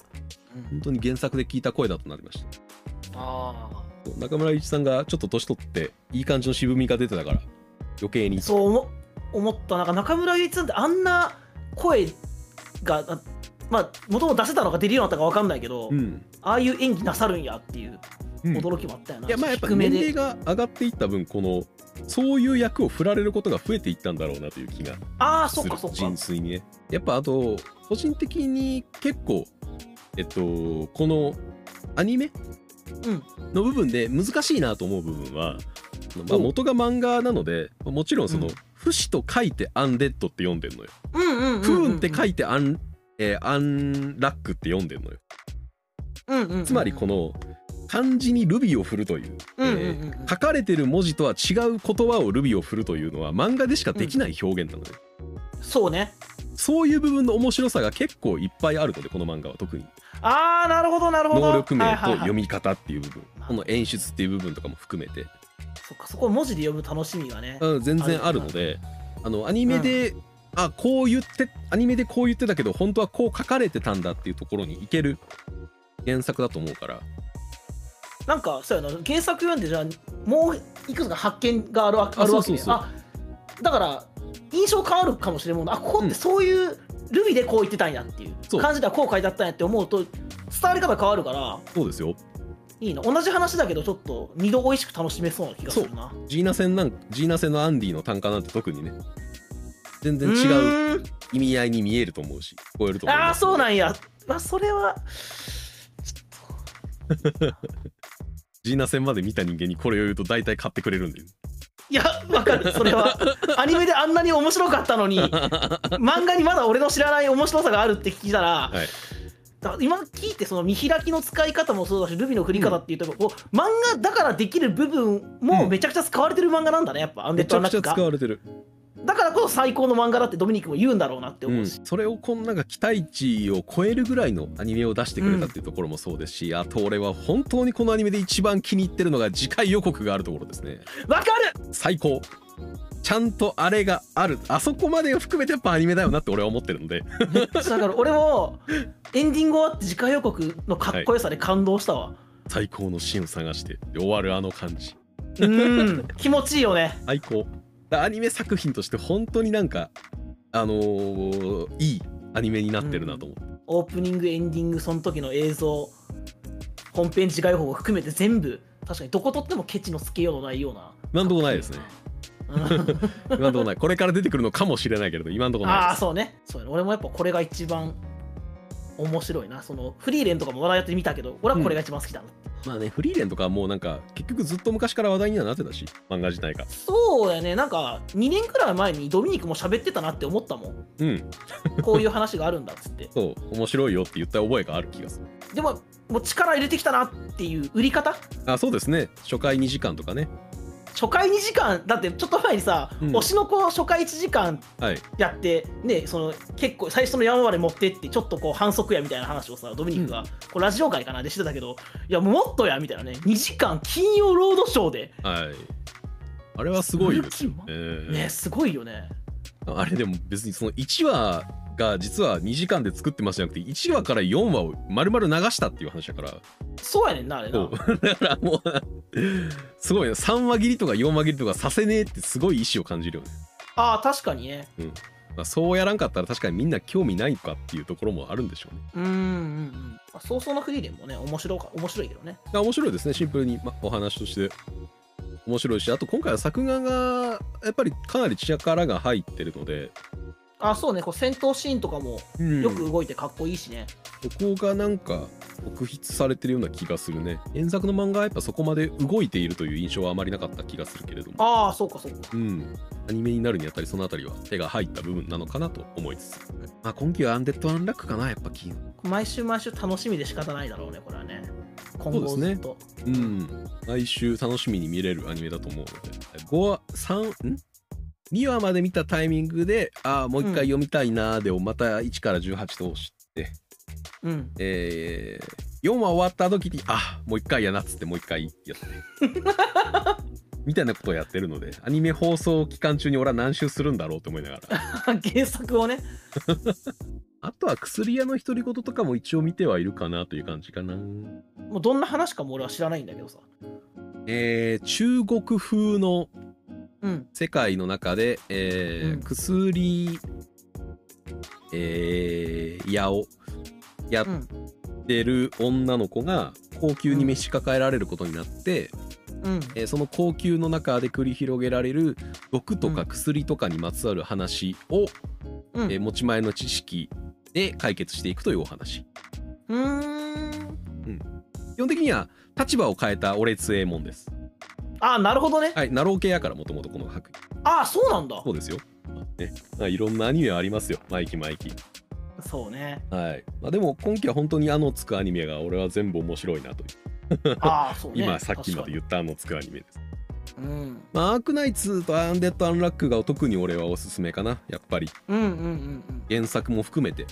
[SPEAKER 2] うん
[SPEAKER 1] 本当に原作で聞いた声だとなりました
[SPEAKER 2] あ
[SPEAKER 1] そう中村一さんがちょっと年取っていい感じの渋みが出てたから余計に
[SPEAKER 2] あそう思思ったなんか中村ゆ一さんってあんな声があまあもともと出せたのか出るようになったかわかんないけど、
[SPEAKER 1] うん、
[SPEAKER 2] ああいう演技なさるんやっていう
[SPEAKER 1] うんい
[SPEAKER 2] 驚きもあったよな、
[SPEAKER 1] やまあやっぱ
[SPEAKER 2] 低め
[SPEAKER 1] 年
[SPEAKER 2] で
[SPEAKER 1] 齢が上がっていった分このそういう役を振られることが増えていったんだろうなという気が
[SPEAKER 2] ああそ
[SPEAKER 1] す
[SPEAKER 2] っ
[SPEAKER 1] る
[SPEAKER 2] かそっか
[SPEAKER 1] 純粋にねやっぱあと個人的に結構えっとこのアニメ
[SPEAKER 2] うん
[SPEAKER 1] の部分で難しいなと思う部分は、まあ、
[SPEAKER 2] お
[SPEAKER 1] 元が漫画なのでまあもちろんその
[SPEAKER 2] うん
[SPEAKER 1] 「不死」と書いて「アンデッド」って読んでんのよ
[SPEAKER 2] うんうんうん
[SPEAKER 1] 「
[SPEAKER 2] うん
[SPEAKER 1] 不運」って書いてアン、えーアンラック」って読んでんのよ
[SPEAKER 2] うんうんうんうん
[SPEAKER 1] つまりこの漢字に「ルビーを振る」という
[SPEAKER 2] うんうんうんうん
[SPEAKER 1] 書かれてる文字とは違う言葉を「ルビーを振る」というのは漫画でしかできない表現なので、
[SPEAKER 2] そうね
[SPEAKER 1] そういう部分の面白さが結構いっぱいあるのでこの漫画は特に
[SPEAKER 2] ああなるほどなるほど
[SPEAKER 1] 能力名と
[SPEAKER 2] はいはいはい
[SPEAKER 1] 読み方っていう部分、
[SPEAKER 2] まあ
[SPEAKER 1] この演出っていう部分とかも含めて、
[SPEAKER 2] そっかそこを文字で読む楽しみがね
[SPEAKER 1] うん全然あるのであのアニメで、あこう言ってアニメでこう言ってたけど本当はこう書かれてたんだっていうところに行ける原作だと思うから
[SPEAKER 2] なんかそうやな原作読んでじゃあもういくつか発見があるわあるわけ
[SPEAKER 1] そうそう
[SPEAKER 2] ね
[SPEAKER 1] そう
[SPEAKER 2] あだから印象変わるかもしれんもんなあここっ
[SPEAKER 1] うん
[SPEAKER 2] てそういうルビでこう言ってたんやっていう
[SPEAKER 1] そう
[SPEAKER 2] 漢字ではこう書いてあったんやって思うと伝わり方変わるから
[SPEAKER 1] そうですよ
[SPEAKER 2] いいな同じ話だけどちょっと二度おいしく楽しめそうな気がするな
[SPEAKER 1] ジーナ戦なんジーナ戦のアンディの単価なんて特にね全然
[SPEAKER 2] う
[SPEAKER 1] 違う
[SPEAKER 2] ーん
[SPEAKER 1] 意味合いに見えると思うし聞こえると思い
[SPEAKER 2] あ
[SPEAKER 1] ま
[SPEAKER 2] あ
[SPEAKER 1] す
[SPEAKER 2] そうなんや、まあ、それは
[SPEAKER 1] ジーナ戦まで見た人間にこれを言うと大体買ってくれるんだよ
[SPEAKER 2] いやわかるそれはアニメであんなに面白かった
[SPEAKER 1] <laughs>
[SPEAKER 2] のに漫画にまだ俺の知らない面白さがあるって聞いたら,、
[SPEAKER 1] はい
[SPEAKER 2] 今聞いてその見開きの使い方もそうだしルビの振り方っていうとこ、こう漫画だからできる部分も
[SPEAKER 1] うん
[SPEAKER 2] めちゃくちゃ使われてる漫画なんだねやっぱアンデ
[SPEAKER 1] め
[SPEAKER 2] ッ
[SPEAKER 1] ち
[SPEAKER 2] ド・ア
[SPEAKER 1] ゃ
[SPEAKER 2] ンラ
[SPEAKER 1] くち
[SPEAKER 2] ッ
[SPEAKER 1] ゃ
[SPEAKER 2] ク
[SPEAKER 1] 使
[SPEAKER 2] が
[SPEAKER 1] われてる
[SPEAKER 2] だからこそ最高の漫画だってドミニクも言うんだろうなって思うし、
[SPEAKER 1] うんそれをこんなんか期待値を超えるぐらいのアニメを出してくれたっていうところもそうですし、あと俺は本当にこのアニメで一番気に入ってるのが次回予告があるところですね
[SPEAKER 2] わ、かる <laughs>
[SPEAKER 1] 最高ちゃんとあれがあるあそこまでを含めてやっぱアニメだよなって俺は思ってるので
[SPEAKER 2] めっちゃわかる俺もエンディング終わって次回予告のかっこよさで感動したわ、
[SPEAKER 1] 最高のシーンを探してで終わるあの感じ
[SPEAKER 2] うん気持ちいいよね
[SPEAKER 1] 最高だアニメ作品として本当になんかあのーいいアニメになってるなと思って、
[SPEAKER 2] オープニングエンディングその時の映像本編次回予告を含めて全部確かにどこ撮ってもケチのつけようのないような
[SPEAKER 1] 今んとこないですね
[SPEAKER 2] うん
[SPEAKER 1] 今んとこないこれから出てくるのかもしれないけれど今んとこない
[SPEAKER 2] あ
[SPEAKER 1] で
[SPEAKER 2] あ
[SPEAKER 1] す
[SPEAKER 2] そうねそうね俺もやっぱこれが一番面白いなそのフリーレンとかも話題やってみたけど俺はこれが一番好きだな、
[SPEAKER 1] まあね、フリーレンとかはもうなんか結局ずっと昔から話題にはなってたし漫画自体が
[SPEAKER 2] そうやねなんか2年くらい前にドミニクも喋ってたなって思ったもん
[SPEAKER 1] うん
[SPEAKER 2] こういう話があるんだっつって <laughs>
[SPEAKER 1] そう面白いよって言った覚えがある気がする
[SPEAKER 2] でももう力入れてきたなっていう売り方
[SPEAKER 1] あそうですね初回2時間とかね
[SPEAKER 2] 初回2時間だってちょっと前にさ、
[SPEAKER 1] うん
[SPEAKER 2] 推しの子初回1時間
[SPEAKER 1] はい
[SPEAKER 2] やってねその結構最初の山まで持ってってちょっとこう反則やみたいな話をさドミニクが、こうラジオ界かなでしてたけどいやもっとやみたいなね2時間金曜ロードショーで
[SPEAKER 1] はいあれはす
[SPEAKER 2] <laughs>
[SPEAKER 1] ごいですよね
[SPEAKER 2] ねすごいよね
[SPEAKER 1] あれでも別にその1話が実は2時間で作ってますじゃなくて1話から4話を丸々流したっていう話だから
[SPEAKER 2] そうやねんなあれな
[SPEAKER 1] そう <laughs> だからもうすごいね3話切りとか4話切りとかさせねえってすごい意志を感じるよね
[SPEAKER 2] ああ確かにね
[SPEAKER 1] だからそうやらんかったら確かにみんな興味ないかっていうところもあるんでしょうね
[SPEAKER 2] うんうんうんまあ早々のフリーレンもね面白か面白いけどね
[SPEAKER 1] だから面白いですねシンプルに、ま、お話として面白いしあと今回は作画がやっぱりかなり力が入ってるので、
[SPEAKER 2] あそうねこう戦闘シーンとかも
[SPEAKER 1] うん
[SPEAKER 2] よく動いてかっこいいしね、
[SPEAKER 1] ここがなんか特筆されてるような気がするね原作の漫画はやっぱそこまで動いているという印象はあまりなかった気がするけれども
[SPEAKER 2] ああそうかそうか
[SPEAKER 1] うんアニメになるにあたりそのあたりは手が入った部分なのかなと思いつつ、まあ、今期はアンデッドアンラックかなやっぱ金
[SPEAKER 2] 毎週毎週楽しみで仕方ないだろうねこれはね今
[SPEAKER 1] そ
[SPEAKER 2] 後
[SPEAKER 1] うです
[SPEAKER 2] ず
[SPEAKER 1] ね
[SPEAKER 2] っと、
[SPEAKER 1] うん来週楽しみに見れるアニメだと思うので5話3ん2話まで見たタイミングでああもう一回読みたいなーでをまた1から18通して、
[SPEAKER 2] うん <laughs>
[SPEAKER 1] えー、4話終わった時にあもう一回やなっつってもう一回やってみたいなことをやってるのでアニメ放送期間中に俺は何周するんだろうと思いながら
[SPEAKER 2] 原作をね
[SPEAKER 1] あとは薬屋の独り言とかも一応見てはいるかなという感じかな
[SPEAKER 2] もうどんな話かも俺は知らないんだけどさ
[SPEAKER 1] えー、中国風の
[SPEAKER 2] うん
[SPEAKER 1] 世界の中で、えー
[SPEAKER 2] うん
[SPEAKER 1] 薬えー屋をやっ
[SPEAKER 2] うん
[SPEAKER 1] てる女の子が高級に召し抱えられることになって、
[SPEAKER 2] うん
[SPEAKER 1] えーその高級の中で繰り広げられる毒とか薬とかにまつわる話を、
[SPEAKER 2] うん
[SPEAKER 1] えー持ち前の知識で解決していくというお話
[SPEAKER 2] うーん
[SPEAKER 1] 基本的には立場を変えた俺杖もんです
[SPEAKER 2] ああなるほどね
[SPEAKER 1] はいナロー系やからもともとこの白衣
[SPEAKER 2] ああそうなんだ
[SPEAKER 1] そうですよ、まあねまあいろんなアニメはありますよマイキマイキ
[SPEAKER 2] そうね
[SPEAKER 1] はい、まあ、でも今期は本当にあのつくアニメが俺は全部面白いなという
[SPEAKER 2] ああそうね
[SPEAKER 1] <laughs> 今さっきまで言ったあのつくアニメです、
[SPEAKER 2] 確かにうん
[SPEAKER 1] まあ、アークナイツとアンデッド・アンラックが特に俺はおすすめかなやっぱり
[SPEAKER 2] うんうんうん
[SPEAKER 1] 原作も含めて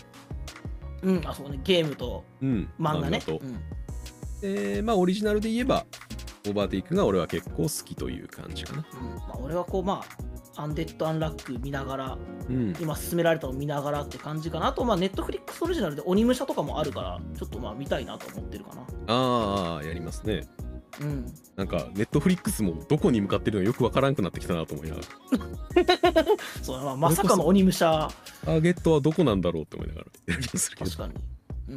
[SPEAKER 2] うんうんあそうねゲームと
[SPEAKER 1] うん
[SPEAKER 2] 漫画ね
[SPEAKER 1] と
[SPEAKER 2] うん
[SPEAKER 1] えーまあオリジナルで言えばオーバーテイクが俺は結構好きという感じかな
[SPEAKER 2] うんまあ、俺はこうまあアンデッド・アンラック見ながら
[SPEAKER 1] うん
[SPEAKER 2] 今進められたのを見ながらって感じかなあとまあネットフリックスオリジナルで鬼武者とかもあるからちょっとまあ見たいなと思ってるかな
[SPEAKER 1] あーあーやりますね
[SPEAKER 2] うん
[SPEAKER 1] なんかネットフリックスもどこに向かってるのかよくわからんくなってきたなと思いながら
[SPEAKER 2] そう、まあ、まさかの鬼武者
[SPEAKER 1] ターゲットはどこなんだろうって思いながらやりまするけど
[SPEAKER 2] 確かに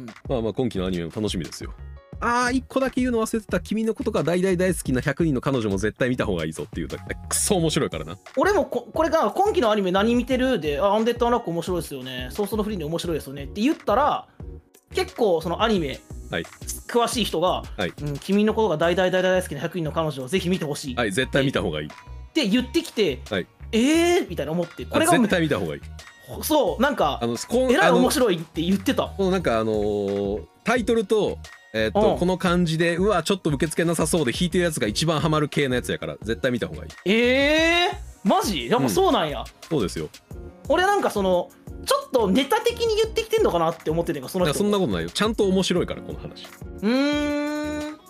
[SPEAKER 2] うん
[SPEAKER 1] まあまあ今期のアニメも楽しみですよああ一個だけ言うの忘れてた君のことが大大大好きな100人の彼女も絶対見た方がいいぞっていうだけくそ面白いからな
[SPEAKER 2] 俺もここれが今期のアニメ何見てるであアンデッド・アンラック面白いですよねソースのフリーに面白いですよねって言ったら結構そのアニメ
[SPEAKER 1] はい
[SPEAKER 2] 詳しい人が、
[SPEAKER 1] はい
[SPEAKER 2] うん、君のことが大大大大大好きな100人の彼女をぜひ見てほしいっ
[SPEAKER 1] はい絶対見た方がいい
[SPEAKER 2] て言ってきて、
[SPEAKER 1] はい
[SPEAKER 2] えーみたいな思って
[SPEAKER 1] あ
[SPEAKER 2] これが
[SPEAKER 1] 絶対見た方がいい
[SPEAKER 2] そうなんか
[SPEAKER 1] あのこん
[SPEAKER 2] えらい
[SPEAKER 1] あの
[SPEAKER 2] 面白いって言ってた
[SPEAKER 1] このなんかあのータイトルと,、えーっ
[SPEAKER 2] う
[SPEAKER 1] と
[SPEAKER 2] ん
[SPEAKER 1] この感じでうわちょっと受け付けなさそうで弾いてるやつが一番ハマる系のやつやから絶対見た方がいい
[SPEAKER 2] ええー、マジやっぱそうなんや、
[SPEAKER 1] そうですよ
[SPEAKER 2] 俺なんかそのちょっとネタ的に言ってきてんのかなって思っててんかそ
[SPEAKER 1] い
[SPEAKER 2] の
[SPEAKER 1] や
[SPEAKER 2] 人
[SPEAKER 1] そんなことないよちゃんと面白いからこの話
[SPEAKER 2] うーん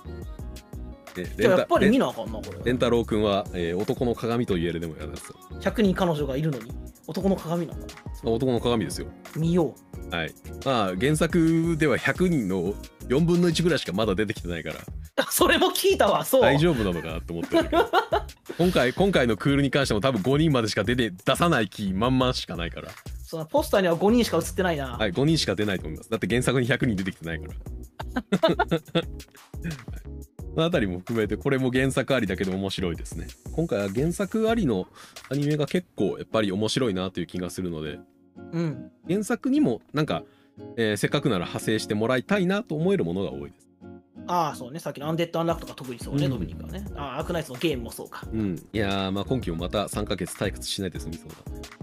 [SPEAKER 1] で
[SPEAKER 2] じゃあやっぱり見
[SPEAKER 1] レン
[SPEAKER 2] なあかんなこ
[SPEAKER 1] タレ
[SPEAKER 2] れ
[SPEAKER 1] ンタロウ君は、えー男の鏡と言えるでもやだす
[SPEAKER 2] 100人彼女がいるのに男の鏡なんだ
[SPEAKER 1] 男の鏡ですよ
[SPEAKER 2] 見よ
[SPEAKER 1] はいまあ原作では100人の4分の1ぐらいしかまだ出てきてないから
[SPEAKER 2] う <laughs> それも聞いたわそう
[SPEAKER 1] 大丈夫なのかなと思ってるけ
[SPEAKER 2] <laughs>
[SPEAKER 1] ど今回今回のクールに関しても多分5人までしか出て出さない気満々しかないから
[SPEAKER 2] そのポスターには5人しか映ってないな、
[SPEAKER 1] はい、5人しか出ないと思います。だって原作に100人出てきてないから。 <laughs> そのあたりも含めて、これも原作ありだけど面白いですね。今回は原作ありのアニメが結構やっぱり面白いなという気がするので、
[SPEAKER 2] うん
[SPEAKER 1] 原作にもなんか、えーせっかくなら派生してもらいたいなと思えるものが多いです。
[SPEAKER 2] ああそうねさっきのアンデッド・アンラックとか特にそうね、
[SPEAKER 1] うん
[SPEAKER 2] ドミニクはねああアークナイツのゲームもそうか
[SPEAKER 1] うん。いやー、まあ今期もまた3ヶ月退屈しないで済みそう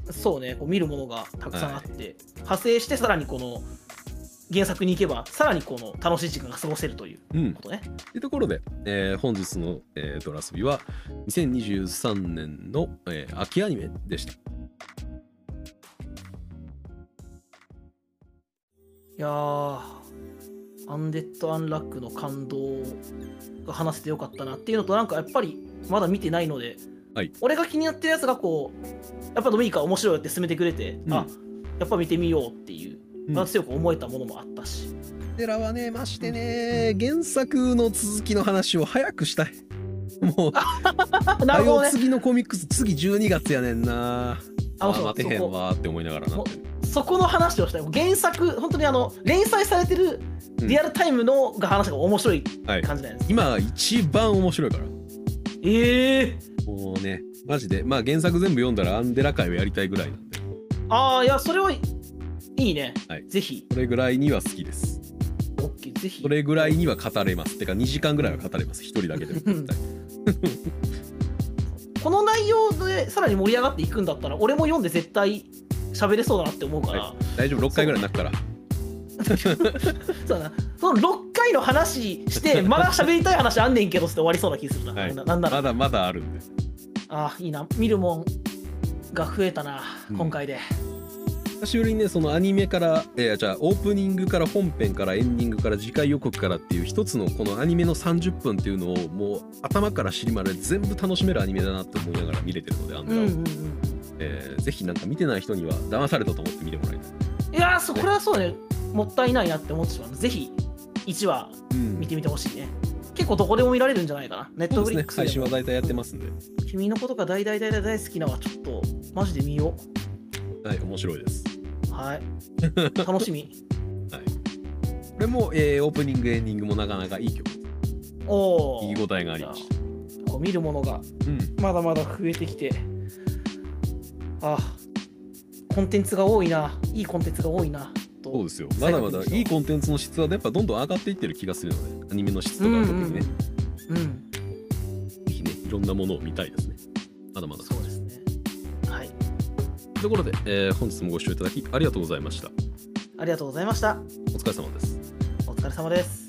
[SPEAKER 1] だ。
[SPEAKER 2] そうねこう見るものがたくさんあって、派生してさらにこの原作に行けばさらにこの楽しい時間が過ごせるという
[SPEAKER 1] うん
[SPEAKER 2] ことね
[SPEAKER 1] というところで、えー本日の、えードラスビは2023年の、えー秋アニメでした。
[SPEAKER 2] いやーアンデッド・アンラックの感動が話せてよかったなっていうのとなんかやっぱりまだ見てないので、
[SPEAKER 1] はい
[SPEAKER 2] 俺が気になってるやつがこうやっぱドミニカ面白いよって勧めてくれて、
[SPEAKER 1] うん
[SPEAKER 2] あやっぱ見てみようっていう
[SPEAKER 1] うん
[SPEAKER 2] バランスよく思えたものもあったし、
[SPEAKER 1] こちらはねましてね原作の続きの話を早くしたい。 <laughs> もう
[SPEAKER 2] あな
[SPEAKER 1] あ
[SPEAKER 2] るほど
[SPEAKER 1] よ
[SPEAKER 2] ね
[SPEAKER 1] 次のコミックス次12月やねんな。
[SPEAKER 2] あ
[SPEAKER 1] あ
[SPEAKER 2] そう
[SPEAKER 1] 待てへんわーって思いながらな
[SPEAKER 2] も。そこの話をしたい原作本当にあの連載されてる
[SPEAKER 1] うん
[SPEAKER 2] リアルタイムのが話が面白い
[SPEAKER 1] はい
[SPEAKER 2] 感じなんです、
[SPEAKER 1] 今一番面白いから。
[SPEAKER 2] ええ
[SPEAKER 1] もうねマジでまあ原作全部読んだらアンデラ会をやりたいぐらいなんで
[SPEAKER 2] ああいやそれはいいね、
[SPEAKER 1] はい
[SPEAKER 2] ぜひ
[SPEAKER 1] それぐらいには好きです。
[SPEAKER 2] オッケーぜひ
[SPEAKER 1] それぐらいには語れます。てか2時間ぐらいは語れます。1人だけでも絶対。
[SPEAKER 2] この内容でさらに盛り上がっていくんだったら俺も読んで絶対喋れそうだなって思うから、
[SPEAKER 1] は大丈夫6回ぐらい泣くから。
[SPEAKER 2] そうだなその6回の話
[SPEAKER 1] <laughs>
[SPEAKER 2] してまだ喋りたい話あんねんけどって終わりそうな気するな、
[SPEAKER 1] はい
[SPEAKER 2] ななんなら
[SPEAKER 1] まだまだあるんで。
[SPEAKER 2] あーいいな見るもんが増えたな、
[SPEAKER 1] うん
[SPEAKER 2] 今回で
[SPEAKER 1] 久しぶりにねそのアニメから、えーじゃあオープニングから本編からエンディングから次回予告からっていう一つのこのアニメの30分っていうのをもう頭から尻まで全部楽しめるアニメだなって思いながら見れてるのでアン
[SPEAKER 2] う
[SPEAKER 1] デ
[SPEAKER 2] ん
[SPEAKER 1] ラ
[SPEAKER 2] う
[SPEAKER 1] を、
[SPEAKER 2] んうん
[SPEAKER 1] えーぜひなんか見てない人には騙されたと思って見てもらいたい、
[SPEAKER 2] いやーそうこれはそうねもったいないなって思ってしまうのでぜひ1話
[SPEAKER 1] うん
[SPEAKER 2] 見てみてほしいね結構どこでも見られるんじゃないかなネッ
[SPEAKER 1] そ
[SPEAKER 2] ト
[SPEAKER 1] う
[SPEAKER 2] フリ
[SPEAKER 1] ですね
[SPEAKER 2] ックス
[SPEAKER 1] 配
[SPEAKER 2] で
[SPEAKER 1] 信
[SPEAKER 2] も
[SPEAKER 1] は大体やってますんで、
[SPEAKER 2] 君のことが大大大大大好きなはちょっとマジで見よ
[SPEAKER 1] はい面白いです
[SPEAKER 2] うはい
[SPEAKER 1] <laughs>
[SPEAKER 2] 楽しみ
[SPEAKER 1] これも、えーオープニングエンディングもなかなかいい曲
[SPEAKER 2] おお
[SPEAKER 1] 聞き応えがありました
[SPEAKER 2] こう見るものが
[SPEAKER 1] うん
[SPEAKER 2] まだまだ増えてきてあコンテンツが多いないいコンテンツが多いなと
[SPEAKER 1] そうですよまだまだいいコンテンツの質はやっぱどんどん上がっていってる気がするのでアニメの質と
[SPEAKER 2] う
[SPEAKER 1] か
[SPEAKER 2] んう
[SPEAKER 1] 特
[SPEAKER 2] ん
[SPEAKER 1] にね、
[SPEAKER 2] うん、うん、
[SPEAKER 1] ぜひねいろんなものを見たいですねまだまだ
[SPEAKER 2] そうですねはい
[SPEAKER 1] というところで、えー本日もご視聴いただきありがとうございました
[SPEAKER 2] ありがとうございました
[SPEAKER 1] お疲れ様です
[SPEAKER 2] お疲れ様です